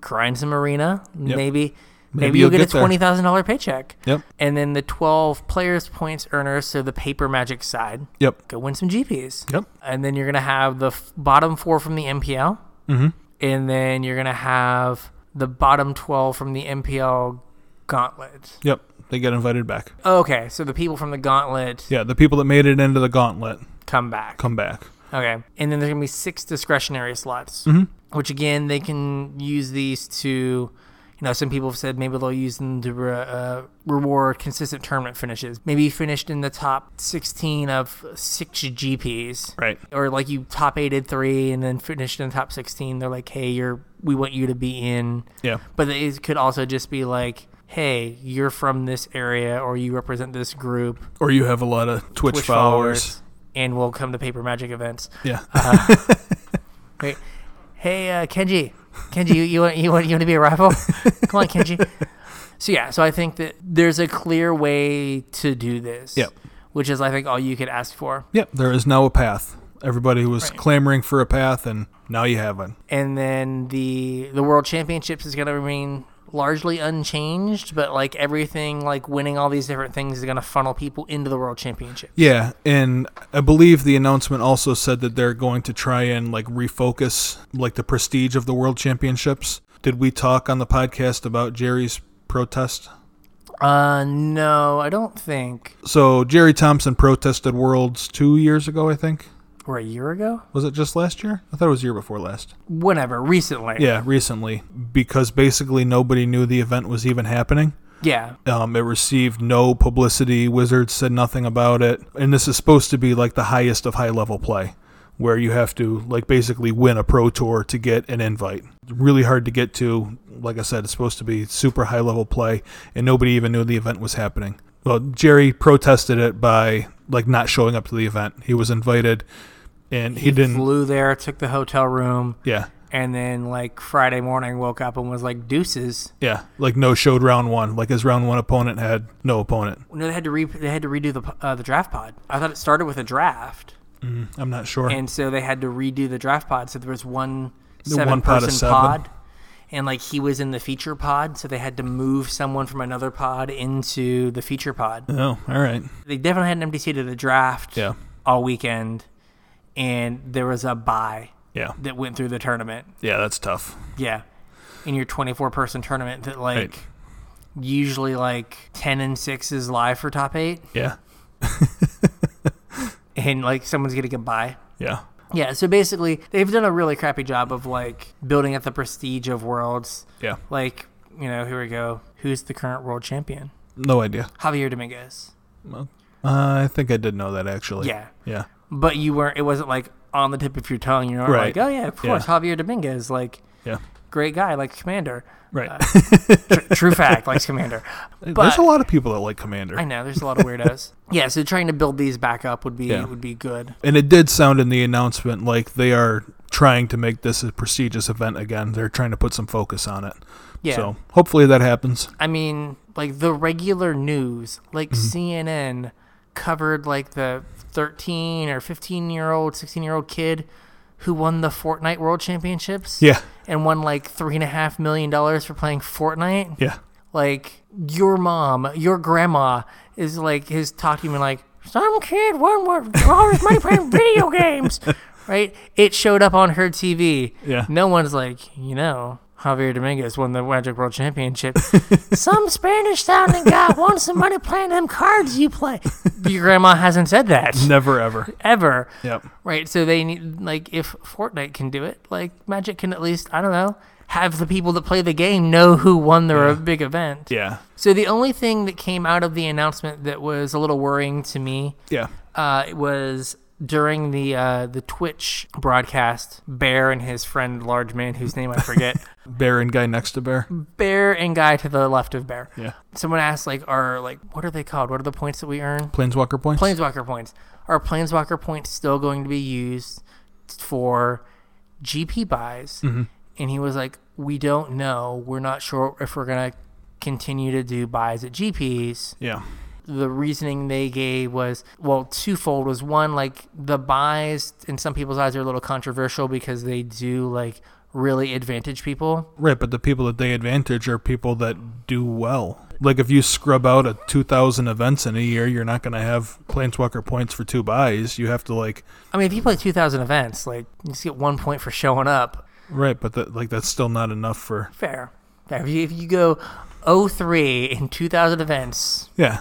Speaker 1: grind some arena. Maybe, maybe
Speaker 2: you'll
Speaker 1: you'll get,
Speaker 2: get
Speaker 1: a
Speaker 2: there.
Speaker 1: twenty thousand dollar paycheck.
Speaker 2: Yep.
Speaker 1: And then the 12 players points earners, so the paper magic side,
Speaker 2: Yep.
Speaker 1: go win some GPs.
Speaker 2: Yep.
Speaker 1: And then you're going to have the f- bottom four from the MPL,
Speaker 2: Mm-hmm.
Speaker 1: and then you're going to have the bottom 12 from the MPL gauntlet.
Speaker 2: Yep. They get invited back.
Speaker 1: Okay, so the people from the gauntlet
Speaker 2: Yeah, the people that made it into the gauntlet
Speaker 1: come back.
Speaker 2: come back.
Speaker 1: Okay. And then there's going to be six discretionary slots, which again, they can use these to, you know, some people have said maybe they'll use them to re- uh, reward consistent tournament finishes. Maybe you finished in the top 16 of six GPs.
Speaker 2: Right.
Speaker 1: Or like you top aided three and then finished in the top 16. They're like, hey, you're, we want you to be in.
Speaker 2: Yeah.
Speaker 1: But it could also just be like, hey, you're from this area or you represent this group,
Speaker 2: Or you have a lot of Twitch,
Speaker 1: Twitch
Speaker 2: followers.
Speaker 1: followers, and we'll come to Paper Magic events. Uh,
Speaker 2: Yeah.
Speaker 1: Wait. Hey, uh, Kenji. Kenji, you, you want you want you want to be a rival? Come on, Kenji. So yeah, so I think that there's a clear way to do this.
Speaker 2: Yep.
Speaker 1: Which is, I think, all you could ask for.
Speaker 2: Yep, there is now a path. Everybody was clamoring for a path, and now you have one.
Speaker 1: And then the the World Championships is going to remain largely unchanged, but like everything, like winning all these different things is going to funnel people into the World Championship.
Speaker 2: Yeah, and I believe the announcement also said that they're going to try and like refocus like the prestige of the World Championships. Did we talk on the podcast about Jerry's protest?
Speaker 1: Uh, no, I don't think.
Speaker 2: So Jerry Thompson protested Worlds two years ago, I think.
Speaker 1: Or a year ago,
Speaker 2: Was it just last year? I thought it was the year before last.
Speaker 1: whenever recently.
Speaker 2: Yeah, recently, because basically nobody knew the event was even happening.
Speaker 1: Yeah.
Speaker 2: Um, it received no publicity. Wizards said nothing about it. And this is supposed to be like the highest of high level play, where you have to like basically win a pro tour to get an invite. Really hard to get to. Like I said, it's supposed to be super high level play, and nobody even knew the event was happening. Well, Jerry protested it by like not showing up to the event. He was invited, and he, didn't.
Speaker 1: Flew there, took the hotel room.
Speaker 2: yeah,
Speaker 1: and then like Friday morning woke up and was like deuces.
Speaker 2: yeah. Like no showed round one. Like his round one opponent had no opponent.
Speaker 1: No, they had to re- they had to redo the uh, the draft pod. I thought it started with a draft,
Speaker 2: I'm not sure.
Speaker 1: and so they had to redo the draft pod. So there was one
Speaker 2: The
Speaker 1: seven
Speaker 2: one pod of
Speaker 1: person
Speaker 2: seven.
Speaker 1: pod, and like he was in the feature pod, so they had to move someone from another pod into the feature pod.
Speaker 2: oh, all right.
Speaker 1: They definitely had an empty seat at the draft
Speaker 2: Yeah,
Speaker 1: all weekend, and there was a buy
Speaker 2: yeah.
Speaker 1: that went through the tournament.
Speaker 2: Yeah, that's tough.
Speaker 1: Yeah. In your 24 person tournament that like
Speaker 2: Right.
Speaker 1: usually like 10 and 6 is live for top 8
Speaker 2: Yeah,
Speaker 1: and like someone's going to get by.
Speaker 2: yeah,
Speaker 1: Yeah, so basically they've done a really crappy job of like building up the prestige of worlds.
Speaker 2: yeah.
Speaker 1: Like, you know, here we go. Who's the current world champion?
Speaker 2: No idea.
Speaker 1: Javier Dominguez.
Speaker 2: Uh, I think I did know that actually.
Speaker 1: Yeah.
Speaker 2: yeah,
Speaker 1: But you weren't it wasn't like on the tip of your tongue. You're not
Speaker 2: Right.
Speaker 1: like, oh yeah, of
Speaker 2: Yeah.
Speaker 1: course, Javier Dominguez, like
Speaker 2: Yeah.
Speaker 1: great guy, like Commander.
Speaker 2: Right.
Speaker 1: Tr- true fact, likes Commander.
Speaker 2: There's
Speaker 1: Uh, But
Speaker 2: a lot of people that like Commander.
Speaker 1: I know there's a lot of weirdos. yeah, so trying to build these back up would be
Speaker 2: Yeah.
Speaker 1: would be good.
Speaker 2: And it did sound in the announcement like they are trying to make this a prestigious event again. They're trying to put some focus on it.
Speaker 1: Yeah.
Speaker 2: So hopefully that happens.
Speaker 1: I mean, like the regular news, like CNN covered like the 13 or 15 year old, 16 year old kid who won the Fortnite World Championships
Speaker 2: Yeah.
Speaker 1: and won like three and a half million dollars for playing Fortnite.
Speaker 2: Yeah.
Speaker 1: Like your mom, your grandma is like his talk to him and like some kid won what all his money playing video games, right? It showed up on her TV.
Speaker 2: Yeah.
Speaker 1: No one's like, you know, Javier Dominguez won the Magic World Championship. Some Spanish sounding guy won some money playing them cards you play. Your grandma hasn't said that
Speaker 2: Never ever.
Speaker 1: ever.
Speaker 2: Yep.
Speaker 1: Right. So they need, like, if Fortnite can do it, like, Magic can at least, I don't know, have the people that play the game know who won their big event.
Speaker 2: Yeah.
Speaker 1: So the only thing that came out of the announcement that was a little worrying to me
Speaker 2: Yeah.
Speaker 1: uh, it was during the uh, the Twitch broadcast. Bear and his friend, large man whose name I forget,
Speaker 2: Bear and guy next to bear.
Speaker 1: Mm. Bear and guy to the left of Bear.
Speaker 2: Yeah.
Speaker 1: Someone asked, like, are like, what are they called? What are the points that we earn?
Speaker 2: Planeswalker points.
Speaker 1: Planeswalker points. Are planeswalker points still going to be used for GP buys? And he was like, we don't know. We're not sure if we're gonna continue to do buys at GPs
Speaker 2: yeah.
Speaker 1: the reasoning they gave was well twofold was one like the buys in some people's eyes are a little controversial because they do like really advantage people
Speaker 2: Right, but the people that they advantage are people that do well. Like if you scrub out a 2000 events in a year, you're not going to have planeswalker points for two buys. You have to like
Speaker 1: i mean if you play 2000 events like you just get one point for showing up
Speaker 2: right, but that like that's still not enough for
Speaker 1: fair Fair. if you, if you go 03 in 2000 events
Speaker 2: Yeah.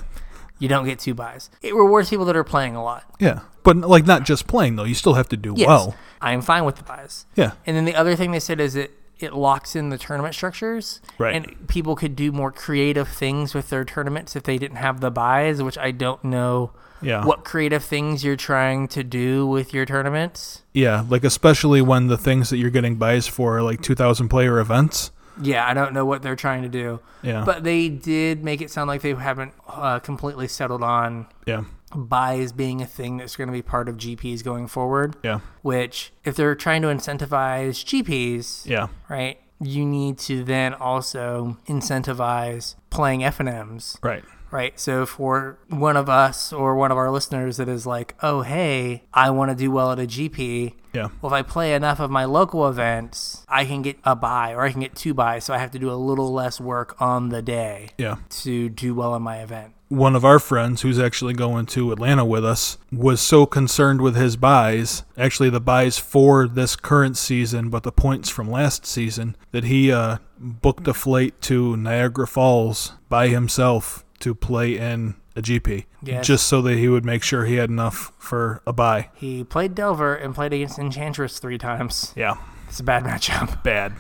Speaker 1: you don't get two buys it rewards people that are playing a lot
Speaker 2: Yeah. But like not just playing though, you still have to do
Speaker 1: yes
Speaker 2: well.
Speaker 1: i'm fine with the buys
Speaker 2: Yeah.
Speaker 1: And then the other thing they said is it it locks in the tournament structures,
Speaker 2: Right.
Speaker 1: And people could do more creative things with their tournaments if they didn't have the buys, which I don't know
Speaker 2: Yeah.
Speaker 1: what creative things you're trying to do with your tournaments.
Speaker 2: Yeah, like especially when the things that you're getting buys for are like 2000 player events.
Speaker 1: Yeah, I don't know what they're trying to do,
Speaker 2: Yeah.
Speaker 1: but they did make it sound like they haven't uh, completely settled on
Speaker 2: yeah.
Speaker 1: buys being a thing that's going to be part of GPs going forward.
Speaker 2: Yeah.
Speaker 1: Which, if they're trying to incentivize GPs,
Speaker 2: Yeah.
Speaker 1: right? You need to then also incentivize playing FNMs,
Speaker 2: Right.
Speaker 1: right? So for one of us or one of our listeners that is like, oh, hey, I want to do well at a GP.
Speaker 2: Yeah.
Speaker 1: Well, if I play enough of my local events, I can get a buy or I can get two buys. So I have to do a little less work on the day
Speaker 2: Yeah.
Speaker 1: to do well in my event.
Speaker 2: one of our friends who's actually going to Atlanta with us was so concerned with his buys, actually the buys for this current season, but the points from last season, that he uh, booked a flight to Niagara Falls by himself to play in a GP,
Speaker 1: Yes.
Speaker 2: just so that he would make sure he had enough for a buy.
Speaker 1: He played Delver and played against Enchantress three times.
Speaker 2: Yeah,
Speaker 1: It's a bad matchup.
Speaker 2: bad.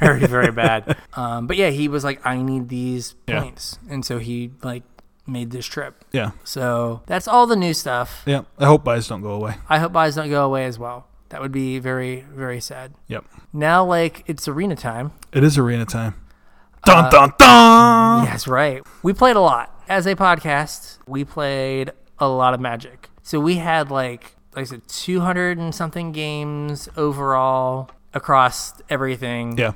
Speaker 1: very very bad um, but yeah he was like i need these
Speaker 2: Yeah.
Speaker 1: points and so he like made this trip
Speaker 2: yeah,
Speaker 1: so that's all the new stuff
Speaker 2: yeah. I hope buys don't go away.
Speaker 1: i hope buys don't go away as well that would be very very sad
Speaker 2: Yep,
Speaker 1: now like it's arena time
Speaker 2: it is arena time. Dun dun dun.
Speaker 1: That's right. We played a lot as a podcast. We played a lot of Magic. So we had like like I said, two hundred and something games overall across everything.
Speaker 2: Yeah.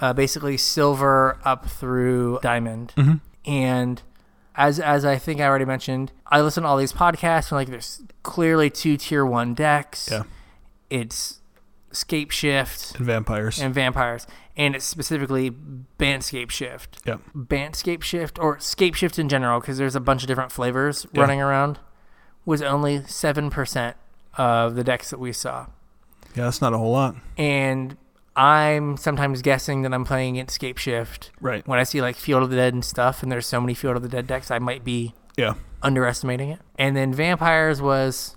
Speaker 1: Uh, basically, silver up through diamond,
Speaker 2: Mm-hmm.
Speaker 1: and as as I think I already mentioned, I listen to all these podcasts and like there's clearly two tier one decks.
Speaker 2: Yeah.
Speaker 1: It's scape shift
Speaker 2: And vampires.
Speaker 1: and vampires, and it's specifically Bandscape Shift.
Speaker 2: Yep.
Speaker 1: Bandscape Shift, or Scape Shift in general, because there's a bunch of different flavors
Speaker 2: Yeah.
Speaker 1: running around, was only 7% of the decks that we saw.
Speaker 2: Yeah, that's not a whole lot.
Speaker 1: And I'm sometimes guessing that I'm playing against Scape Shift.
Speaker 2: Right.
Speaker 1: When I see like Field of the Dead and stuff, and there's so many Field of the Dead decks, I might be
Speaker 2: Yeah.
Speaker 1: underestimating it. And then Vampires was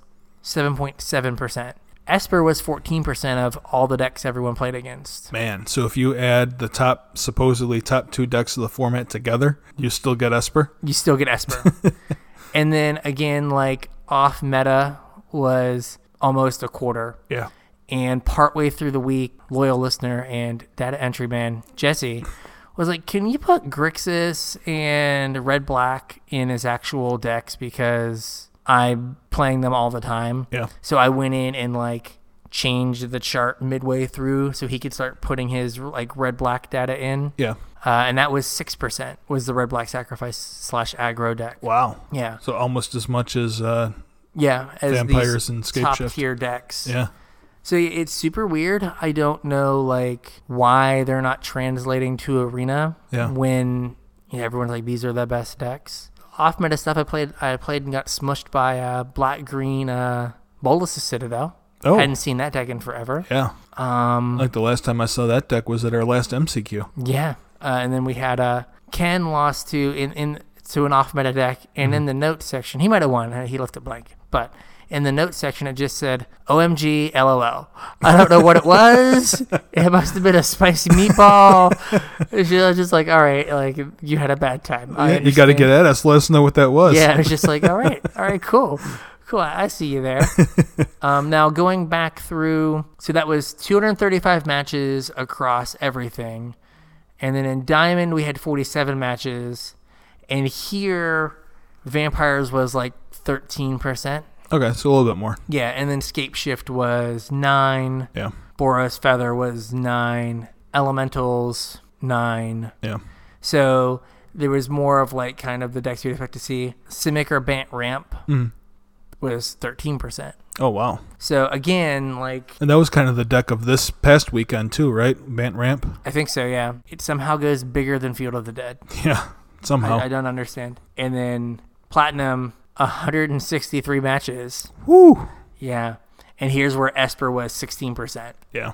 Speaker 1: 7.7%. Esper was 14% of all the decks everyone played against.
Speaker 2: Man, so if you add the top, supposedly top two decks of the format together, you still get Esper?
Speaker 1: you still get Esper. and then again, like off meta was almost a quarter.
Speaker 2: Yeah.
Speaker 1: And partway through the week, loyal listener and data entry man Jesse was like, "Can you put Grixis and Red Black in his actual decks because I'm playing them all the time."
Speaker 2: Yeah.
Speaker 1: So I went in and like changed the chart midway through so he could start putting his like Red Black data in.
Speaker 2: Yeah.
Speaker 1: Uh, and that was six percent was the Red Black Sacrifice slash aggro deck.
Speaker 2: Wow.
Speaker 1: Yeah,
Speaker 2: So almost as much as uh
Speaker 1: yeah, as
Speaker 2: Vampires
Speaker 1: vampires
Speaker 2: and
Speaker 1: these
Speaker 2: Scape
Speaker 1: top
Speaker 2: Shift.
Speaker 1: tier decks.
Speaker 2: yeah.
Speaker 1: So yeah, it's super weird. I don't know like why they're not translating to arena
Speaker 2: Yeah.
Speaker 1: when you know, everyone's like these are the best decks. Off meta stuff I played I played and got smushed by uh, black green uh Bolus's Citadel.
Speaker 2: Oh.
Speaker 1: Hadn't seen that deck in forever.
Speaker 2: yeah.
Speaker 1: Um
Speaker 2: Like the last time I saw that deck was at our last MCQ.
Speaker 1: yeah. Uh, and then we had uh Ken lost to in, in to an off meta deck and
Speaker 2: Mm-hmm.
Speaker 1: in the note section he might have won, uh, he left it blank. But in the note section it just said OMG LOL. I don't know what it was. it must have been a spicy meatball. she was just like, All right, like you had a bad time. I
Speaker 2: you got to
Speaker 1: understand."
Speaker 2: get at us. Let us know what that was.
Speaker 1: Yeah, it was just like, all right, all right, cool, cool. I I see you there. um, now going back through, so that was 235 matches across everything, and then in Diamond we had 47 matches, and here Vampires was like 13 percent.
Speaker 2: Okay, so a little bit more.
Speaker 1: Yeah, and then Scape Shift was nine.
Speaker 2: Yeah.
Speaker 1: Boros Feather was nine. Elementals nine.
Speaker 2: Yeah.
Speaker 1: So there was more of like kind of the decks you'd expect to see. Simic or Bant Ramp was 13%.
Speaker 2: Oh wow.
Speaker 1: So again, like,
Speaker 2: And that was kind of the deck of this past weekend too, right? Bant Ramp.
Speaker 1: I think so, yeah. It somehow goes bigger than Field of the Dead.
Speaker 2: Yeah. Somehow.
Speaker 1: I, I don't understand. And then Platinum, 163 matches.
Speaker 2: Woo.
Speaker 1: Yeah. And here's where Esper was 16%.
Speaker 2: Yeah.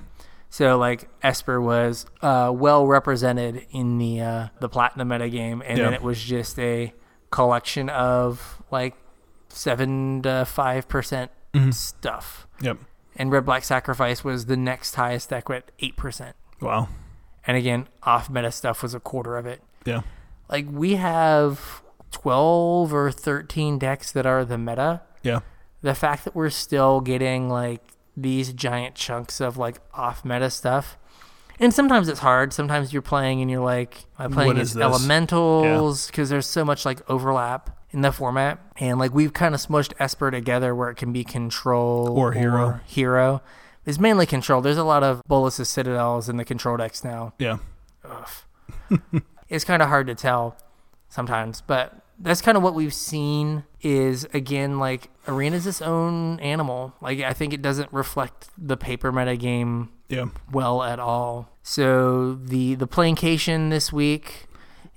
Speaker 1: So like Esper was uh, well represented in the uh, the platinum meta game, and then
Speaker 2: Yeah.
Speaker 1: it was just a collection of like seven to five percent stuff.
Speaker 2: Yep.
Speaker 1: And Red Black Sacrifice was the next highest deck with eight percent.
Speaker 2: Wow.
Speaker 1: And again, off meta stuff was a quarter of it.
Speaker 2: Yeah.
Speaker 1: Like we have twelve or thirteen decks that are the meta.
Speaker 2: Yeah.
Speaker 1: The fact that we're still getting like these giant chunks of like off meta stuff and sometimes it's hard. Sometimes you're playing and you're like, I'm playing
Speaker 2: What
Speaker 1: as
Speaker 2: is this?
Speaker 1: elementals because there's so much like overlap in the format. And like we've kind of smushed Esper together where it can be control
Speaker 2: Or hero.
Speaker 1: Hero is mainly control. There's a lot of Bolus's Citadels in the control decks now.
Speaker 2: Yeah.
Speaker 1: It's kind of hard to tell sometimes, but that's kind of what we've seen is again like arena's its own animal. Like I think it doesn't reflect the paper meta game
Speaker 2: Yeah.
Speaker 1: well at all. So the the plancation this week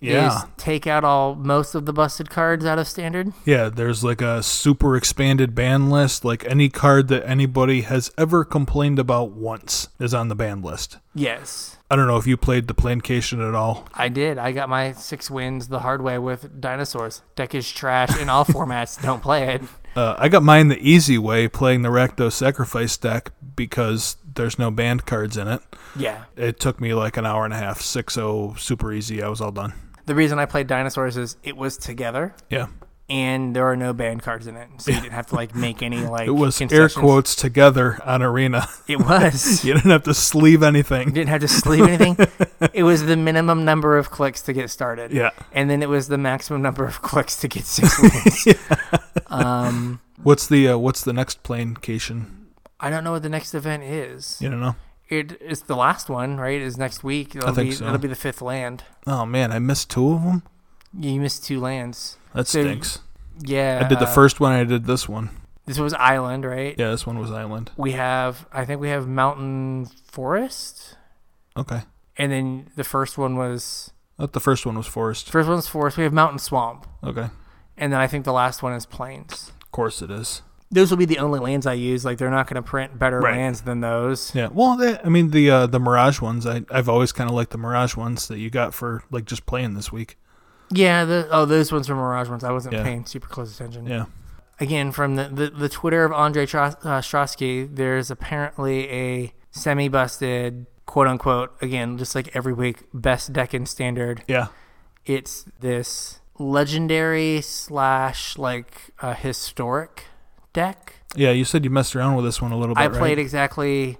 Speaker 2: Yeah.
Speaker 1: is take out all most of the busted cards out of standard.
Speaker 2: Yeah, there's like a super expanded ban list. Like any card that anybody has ever complained about once is on the ban list.
Speaker 1: Yes.
Speaker 2: I don't know if you played the Plancation at all.
Speaker 1: I did. I got my six wins the hard way with dinosaurs. Deck is trash in all formats. Don't play it.
Speaker 2: Uh, I got mine the easy way playing the Rakdos Sacrifice deck because there's no banned cards in it.
Speaker 1: Yeah.
Speaker 2: It took me like an hour and a half, 6 0, super easy. I was all done.
Speaker 1: The reason I played dinosaurs is it was together
Speaker 2: Yeah.
Speaker 1: and there are no banned cards in it. So you didn't have to like make any like
Speaker 2: It was air
Speaker 1: concessions.
Speaker 2: quotes together on Arena.
Speaker 1: It was.
Speaker 2: you didn't have to sleeve
Speaker 1: You
Speaker 2: anything.
Speaker 1: didn't have to sleeve anything. it was the minimum number of clicks to get started.
Speaker 2: Yeah.
Speaker 1: And then it was the maximum number of clicks to get six wins. um,
Speaker 2: What's the uh, what's the next Plancation?
Speaker 1: I don't know what the next event is.
Speaker 2: You don't know?
Speaker 1: It, it's the last one, right? Is next week. It'll
Speaker 2: think
Speaker 1: be,
Speaker 2: so.
Speaker 1: It'll be the fifth land.
Speaker 2: Oh man, I missed two of them.
Speaker 1: You missed two lands.
Speaker 2: That
Speaker 1: So-
Speaker 2: stinks.
Speaker 1: Yeah.
Speaker 2: I did the
Speaker 1: uh,
Speaker 2: first one. I did this one.
Speaker 1: This was Island, right?
Speaker 2: Yeah, this one was Island.
Speaker 1: We have, I think we have Mountain Forest.
Speaker 2: Okay,
Speaker 1: And then the first one was,
Speaker 2: not the first one was Forest.
Speaker 1: first one's Forest. We have Mountain Swamp.
Speaker 2: Okay,
Speaker 1: And then I think the last one is Plains.
Speaker 2: of course it is.
Speaker 1: Those will be the only lands I use. Like, they're not going to print better
Speaker 2: Right.
Speaker 1: lands than those.
Speaker 2: Yeah. Well, they, I mean the uh, the Mirage ones. I I've always kind of liked the Mirage ones that you got for like just playing this week.
Speaker 1: Yeah, the, oh, those ones were Mirage ones. I wasn't
Speaker 2: Yeah.
Speaker 1: paying super close attention.
Speaker 2: Yeah.
Speaker 1: Again, from the, the, the Twitter of Andre Tros- uh, Strosky, there's apparently a semi busted, quote unquote, again, just like every week, best deck in standard.
Speaker 2: Yeah.
Speaker 1: It's this legendary slash like uh, historic deck
Speaker 2: Yeah, you said you messed around with this one a little bit.
Speaker 1: I played
Speaker 2: right?
Speaker 1: exactly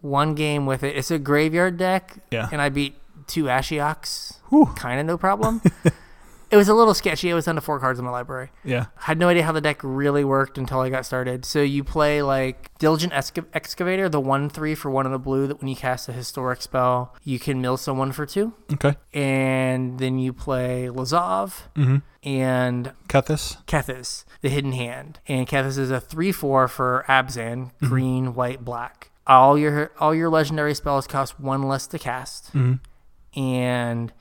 Speaker 1: one game with it. It's a graveyard deck,
Speaker 2: Yeah.
Speaker 1: and I beat two Ashioks,
Speaker 2: Whew.
Speaker 1: kind of no problem. it was a little sketchy. It was down to four cards in my library.
Speaker 2: Yeah.
Speaker 1: had no idea how the deck really worked until I got started. So you play like Diligent Esca- Excavator, the one three for one in the blue that when you cast a historic spell, you can mill someone for two.
Speaker 2: Okay.
Speaker 1: And then you play Lazav and
Speaker 2: Cut Mm-hmm. this.
Speaker 1: Kethis, the Hidden Hand. And Kethis is a three four for Abzan, green, white, black. All your all your legendary spells cost one less to cast. And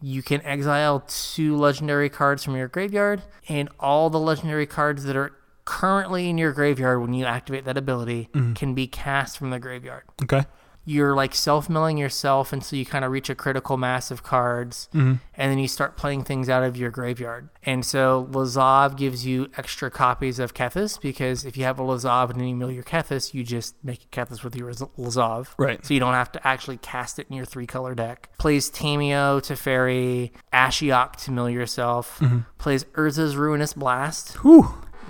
Speaker 1: you can exile two legendary cards from your graveyard, and all the legendary cards that are currently in your graveyard when you activate that ability can be cast from the graveyard
Speaker 2: Okay.
Speaker 1: you're like self milling yourself and so you kind of reach a critical mass of cards and then you start playing things out of your graveyard and so lazav gives you extra copies of kethis because if you have a lazav and then you mill your kethis you just make a kethis with your lazav
Speaker 2: Right.
Speaker 1: so you don't have to actually cast it in your three color deck plays tameo to fairy ashiok to mill yourself plays urza's ruinous blast
Speaker 2: Whew.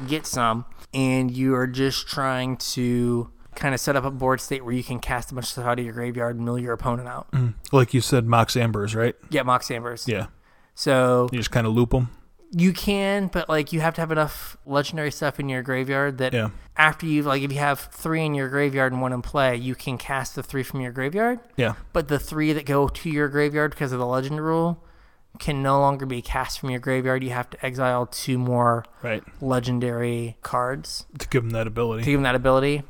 Speaker 1: get some, and you are just trying to kind of set up a board state where you can cast a bunch of stuff out of your graveyard and mill your opponent out.
Speaker 2: Like you said, Mox Ambers, right?
Speaker 1: Get Mox Ambers.
Speaker 2: Mm. Yeah.
Speaker 1: So
Speaker 2: You just kind of loop them.
Speaker 1: you can, but like you have to have enough legendary stuff in your graveyard that
Speaker 2: Yeah.
Speaker 1: after you've like if you have three in your graveyard and one in play, you can cast the three from your graveyard.
Speaker 2: Yeah.
Speaker 1: But the three that go to your graveyard because of the legend rule can no longer be cast from your graveyard. You have to exile two more
Speaker 2: Right.
Speaker 1: legendary cards.
Speaker 2: To give them that
Speaker 1: to
Speaker 2: ability.
Speaker 1: give him that ability.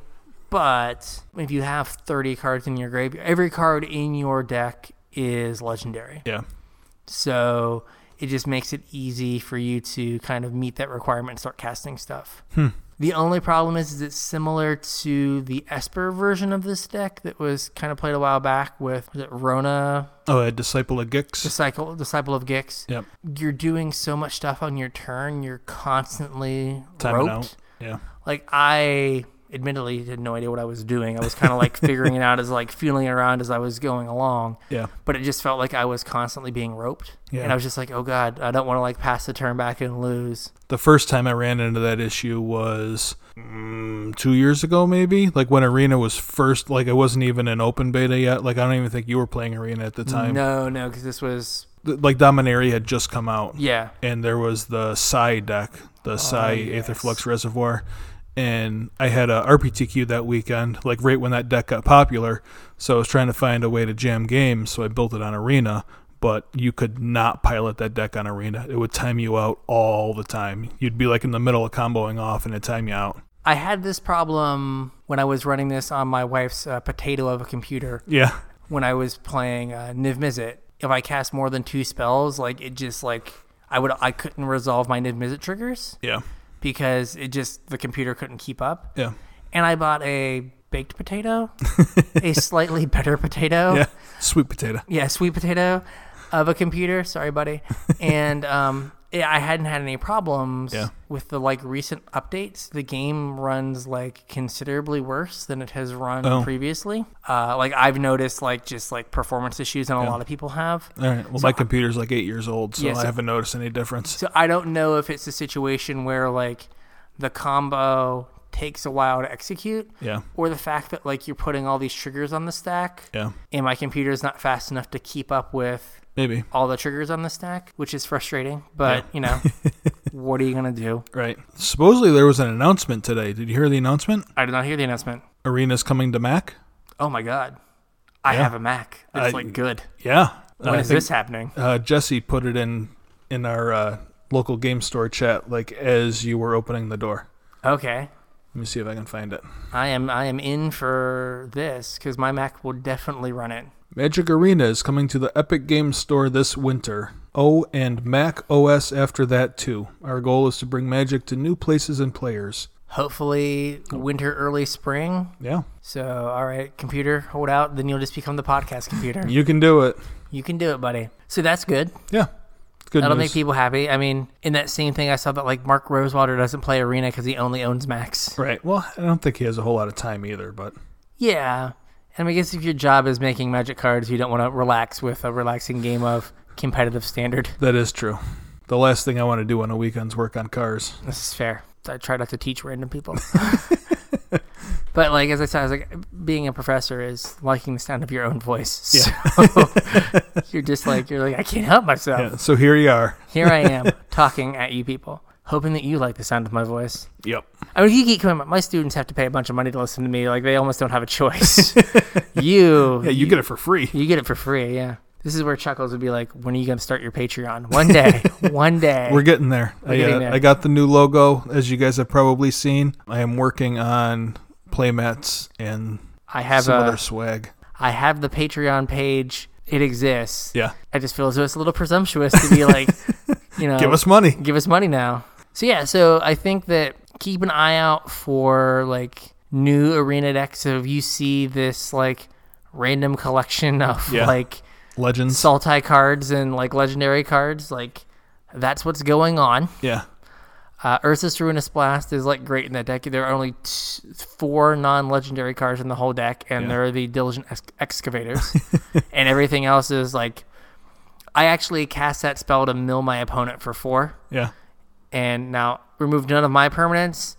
Speaker 1: But if you have 30 cards in your graveyard, every card in your deck is legendary.
Speaker 2: Yeah.
Speaker 1: So it just makes it easy for you to kind of meet that requirement and start casting stuff.
Speaker 2: Hmm.
Speaker 1: The only problem is, is it's similar to the Esper version of this deck that was kind of played a while back with was it Rona,
Speaker 2: Oh, a Disciple of Gix.
Speaker 1: Disciple, Disciple of Gix.
Speaker 2: Yep.
Speaker 1: You're doing so much stuff on your turn, you're constantly
Speaker 2: Timing
Speaker 1: roped
Speaker 2: out. Yeah.
Speaker 1: like I admittedly had no idea what I was doing. I was kind of like figuring it out as like feeling around as I was going along,
Speaker 2: Yeah.
Speaker 1: but it just felt like I was constantly being roped.
Speaker 2: Yeah.
Speaker 1: And I was just like, "Oh god, I don't want to like pass the turn back and lose."
Speaker 2: The first time I ran into that issue was mm, two years ago, maybe. Like when Arena was first, like it wasn't even an open beta yet. Like I don't even think you were playing Arena at the time.
Speaker 1: No, no, cuz this was
Speaker 2: Th- Like Dominaria had just come out.
Speaker 1: yeah.
Speaker 2: and there was the Psy deck, the Psy
Speaker 1: yes.
Speaker 2: Aetherflux Reservoir. And I had a RPTQ that weekend, like right when that deck got popular. So I was trying to find a way to jam games, so I built it on Arena. But you could not pilot that deck on Arena. It would time you out all the time. You'd be like in the middle of comboing off and it'd time you out.
Speaker 1: I had this problem when I was running this on my wife's uh, potato of a computer
Speaker 2: Yeah.
Speaker 1: when I was playing uh, Niv Mizzet. If I cast more than two spells, like it just like I would I couldn't resolve my Niv Mizzet triggers
Speaker 2: Yeah.
Speaker 1: because it just the computer couldn't keep up.
Speaker 2: Yeah.
Speaker 1: and I bought a baked potato, a slightly better potato,
Speaker 2: Yeah. Sweet potato.
Speaker 1: Yeah, sweet potato of a computer. Sorry, buddy. and um, yeah, I hadn't had any problems
Speaker 2: Yeah.
Speaker 1: with the like recent updates. The game runs like considerably worse than it has run
Speaker 2: Oh.
Speaker 1: previously. Uh, like I've noticed like just like performance issues, and a lot of people have.
Speaker 2: All right. Well, my computer's like eight years old, so
Speaker 1: Yeah,
Speaker 2: I
Speaker 1: so-
Speaker 2: haven't noticed any difference.
Speaker 1: So I don't know if it's a situation where like the combo takes a while to execute.
Speaker 2: Yeah.
Speaker 1: Or the fact that like you're putting all these triggers on the stack,
Speaker 2: Yeah.
Speaker 1: and my computer is not fast enough to keep up with
Speaker 2: Maybe.
Speaker 1: all the triggers on the stack, which is frustrating. But you know, what are you gonna do?
Speaker 2: Right. Supposedly there was an announcement today. Did you hear the announcement?
Speaker 1: I did not hear the announcement.
Speaker 2: Arena's coming to Mac.
Speaker 1: Oh my god, I
Speaker 2: Yeah.
Speaker 1: have a Mac. It's
Speaker 2: I-
Speaker 1: like good.
Speaker 2: Yeah.
Speaker 1: When is
Speaker 2: I think,
Speaker 1: this happening?
Speaker 2: Uh, Jesse put it in in our uh, local game store chat, like as you were opening the door.
Speaker 1: Okay,
Speaker 2: Let me see if I can find it.
Speaker 1: I am I am in for this because my Mac will definitely run it.
Speaker 2: Magic Arena is coming to the Epic Game Store this winter. Oh, and Mac OS after that too. Our goal is to bring Magic to new places and players.
Speaker 1: Hopefully, winter, early spring.
Speaker 2: Yeah,
Speaker 1: So, all right, computer, hold out. Then you'll just become the podcast computer.
Speaker 2: you can do it.
Speaker 1: You can do it, buddy. So that's good.
Speaker 2: Yeah, it's good
Speaker 1: That'll
Speaker 2: news.
Speaker 1: make people happy. I mean, in that same thing, I saw that like Mark Rosewater doesn't play Arena because he only owns Max.
Speaker 2: right. Well, I don't think he has a whole lot of time either, but
Speaker 1: Yeah, and I guess if your job is making Magic cards, you don't want to relax with a relaxing game of competitive standard.
Speaker 2: That is true. The last thing I want to do on a weekend's work on cars.
Speaker 1: This is fair. I try not to teach random people. But like as I said, I was like being a professor is liking the sound of your own voice. So you're just like you're like I can't help myself.
Speaker 2: Yeah, so here you are.
Speaker 1: Here I am talking at you people, hoping that you like the sound of my voice.
Speaker 2: Yep.
Speaker 1: I mean, you keep coming. up, My students have to pay a bunch of money to listen to me. Like they almost don't have a choice. you,
Speaker 2: Yeah, you get it for free.
Speaker 1: you get it for free. Yeah. This is where Chuckles would be like, "When are you going to start your Patreon? One day, one day."
Speaker 2: We're getting there. I,
Speaker 1: getting
Speaker 2: uh,
Speaker 1: there.
Speaker 2: I got the new logo, as you guys have probably seen. I am working on playmats and
Speaker 1: I have
Speaker 2: some other
Speaker 1: a,
Speaker 2: swag.
Speaker 1: I have the Patreon page. It exists.
Speaker 2: Yeah.
Speaker 1: I just feel as though it's a little presumptuous to be like, you know,
Speaker 2: Give us money.
Speaker 1: give us money now. So yeah, so I think that keep an eye out for like new arena decks. So if you see this like random collection of
Speaker 2: Yeah.
Speaker 1: like
Speaker 2: Legends.
Speaker 1: Sultai cards and like legendary cards, like that's what's going on.
Speaker 2: yeah.
Speaker 1: Uh, Ursus Ruinous Blast is like great in that deck. There are only t- four non-legendary cards in the whole deck, and
Speaker 2: Yeah.
Speaker 1: they're the Diligent ex- Excavators, and everything else is like. I actually cast that spell to mill my opponent for four,
Speaker 2: Yeah.
Speaker 1: and now removed none of my permanents,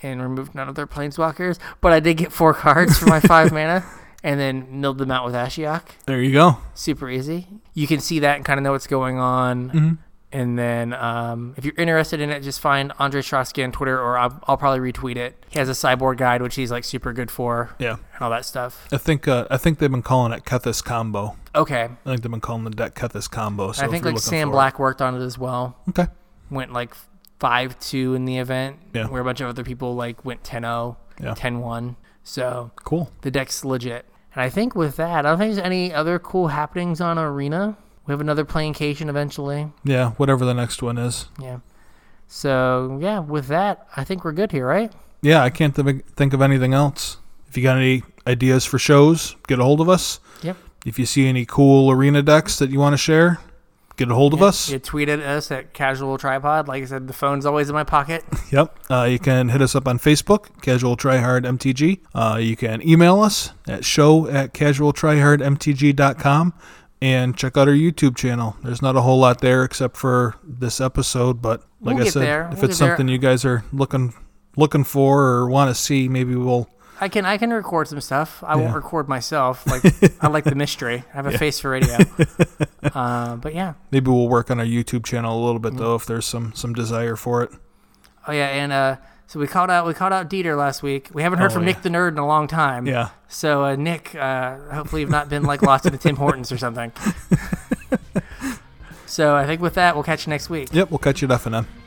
Speaker 1: and removed none of their planeswalkers. But I did get four cards for my five mana, and then milled them out with Ashiok.
Speaker 2: There you go.
Speaker 1: Super easy. You can see that and kind of know what's going on.
Speaker 2: Mm-hmm.
Speaker 1: And then um, if you're interested in it, just find Andre Trotsky on Twitter or I'll, I'll probably retweet it. He has a cyborg guide, which he's like super good for
Speaker 2: Yeah.
Speaker 1: and all that stuff.
Speaker 2: I think uh, I think they've been calling it Kethis combo.
Speaker 1: Okay.
Speaker 2: I think they've been calling the deck Kethis combo. So
Speaker 1: I
Speaker 2: if
Speaker 1: think
Speaker 2: you're
Speaker 1: like
Speaker 2: looking
Speaker 1: Sam
Speaker 2: for it-
Speaker 1: Black worked on it as well.
Speaker 2: Okay.
Speaker 1: Went like 5 2 in the event,
Speaker 2: Yeah.
Speaker 1: where a bunch of other people like went 10 0,
Speaker 2: Yeah.
Speaker 1: 10 1. So
Speaker 2: Cool.
Speaker 1: the deck's legit. And I think with that, I don't think there's any other cool happenings on Arena. We have another playingcation eventually.
Speaker 2: Yeah. Whatever the next one is.
Speaker 1: Yeah. So yeah, with that, I think we're good here, right?
Speaker 2: Yeah. I can't th- think of anything else. If you got any ideas for shows, get a hold of us.
Speaker 1: Yep.
Speaker 2: If you see any cool arena decks that you want to share, get a hold of us.
Speaker 1: You tweeted us at Casual Tripod. Like I said, the phone's always in my pocket.
Speaker 2: Yep. Uh, you can hit us up on Facebook, Casual Tryhard MTG. Uh, you can email us at show at casualtryhardmtg.com and check out our YouTube channel. There's not a whole lot there except for this episode, but like
Speaker 1: We'll
Speaker 2: I
Speaker 1: get
Speaker 2: said,
Speaker 1: there. We'll
Speaker 2: if it's
Speaker 1: get there.
Speaker 2: something you guys are looking looking for or want to see, maybe we'll.
Speaker 1: I can I can record some stuff. I
Speaker 2: Yeah.
Speaker 1: won't record myself. Like I like the mystery. I have a face for radio. uh, but yeah,
Speaker 2: Maybe we'll work on our YouTube channel a little bit though, if there's some some desire for it.
Speaker 1: oh yeah, and uh, so we called out we called out Dieter last week. We haven't heard
Speaker 2: Oh,
Speaker 1: from
Speaker 2: yeah.
Speaker 1: Nick the Nerd in a long time.
Speaker 2: Yeah,
Speaker 1: So uh, Nick, uh, hopefully you've not been like lost in the Tim Hortons or something. so I think with that, we'll catch you next week.
Speaker 2: yep. We'll catch you at F and M.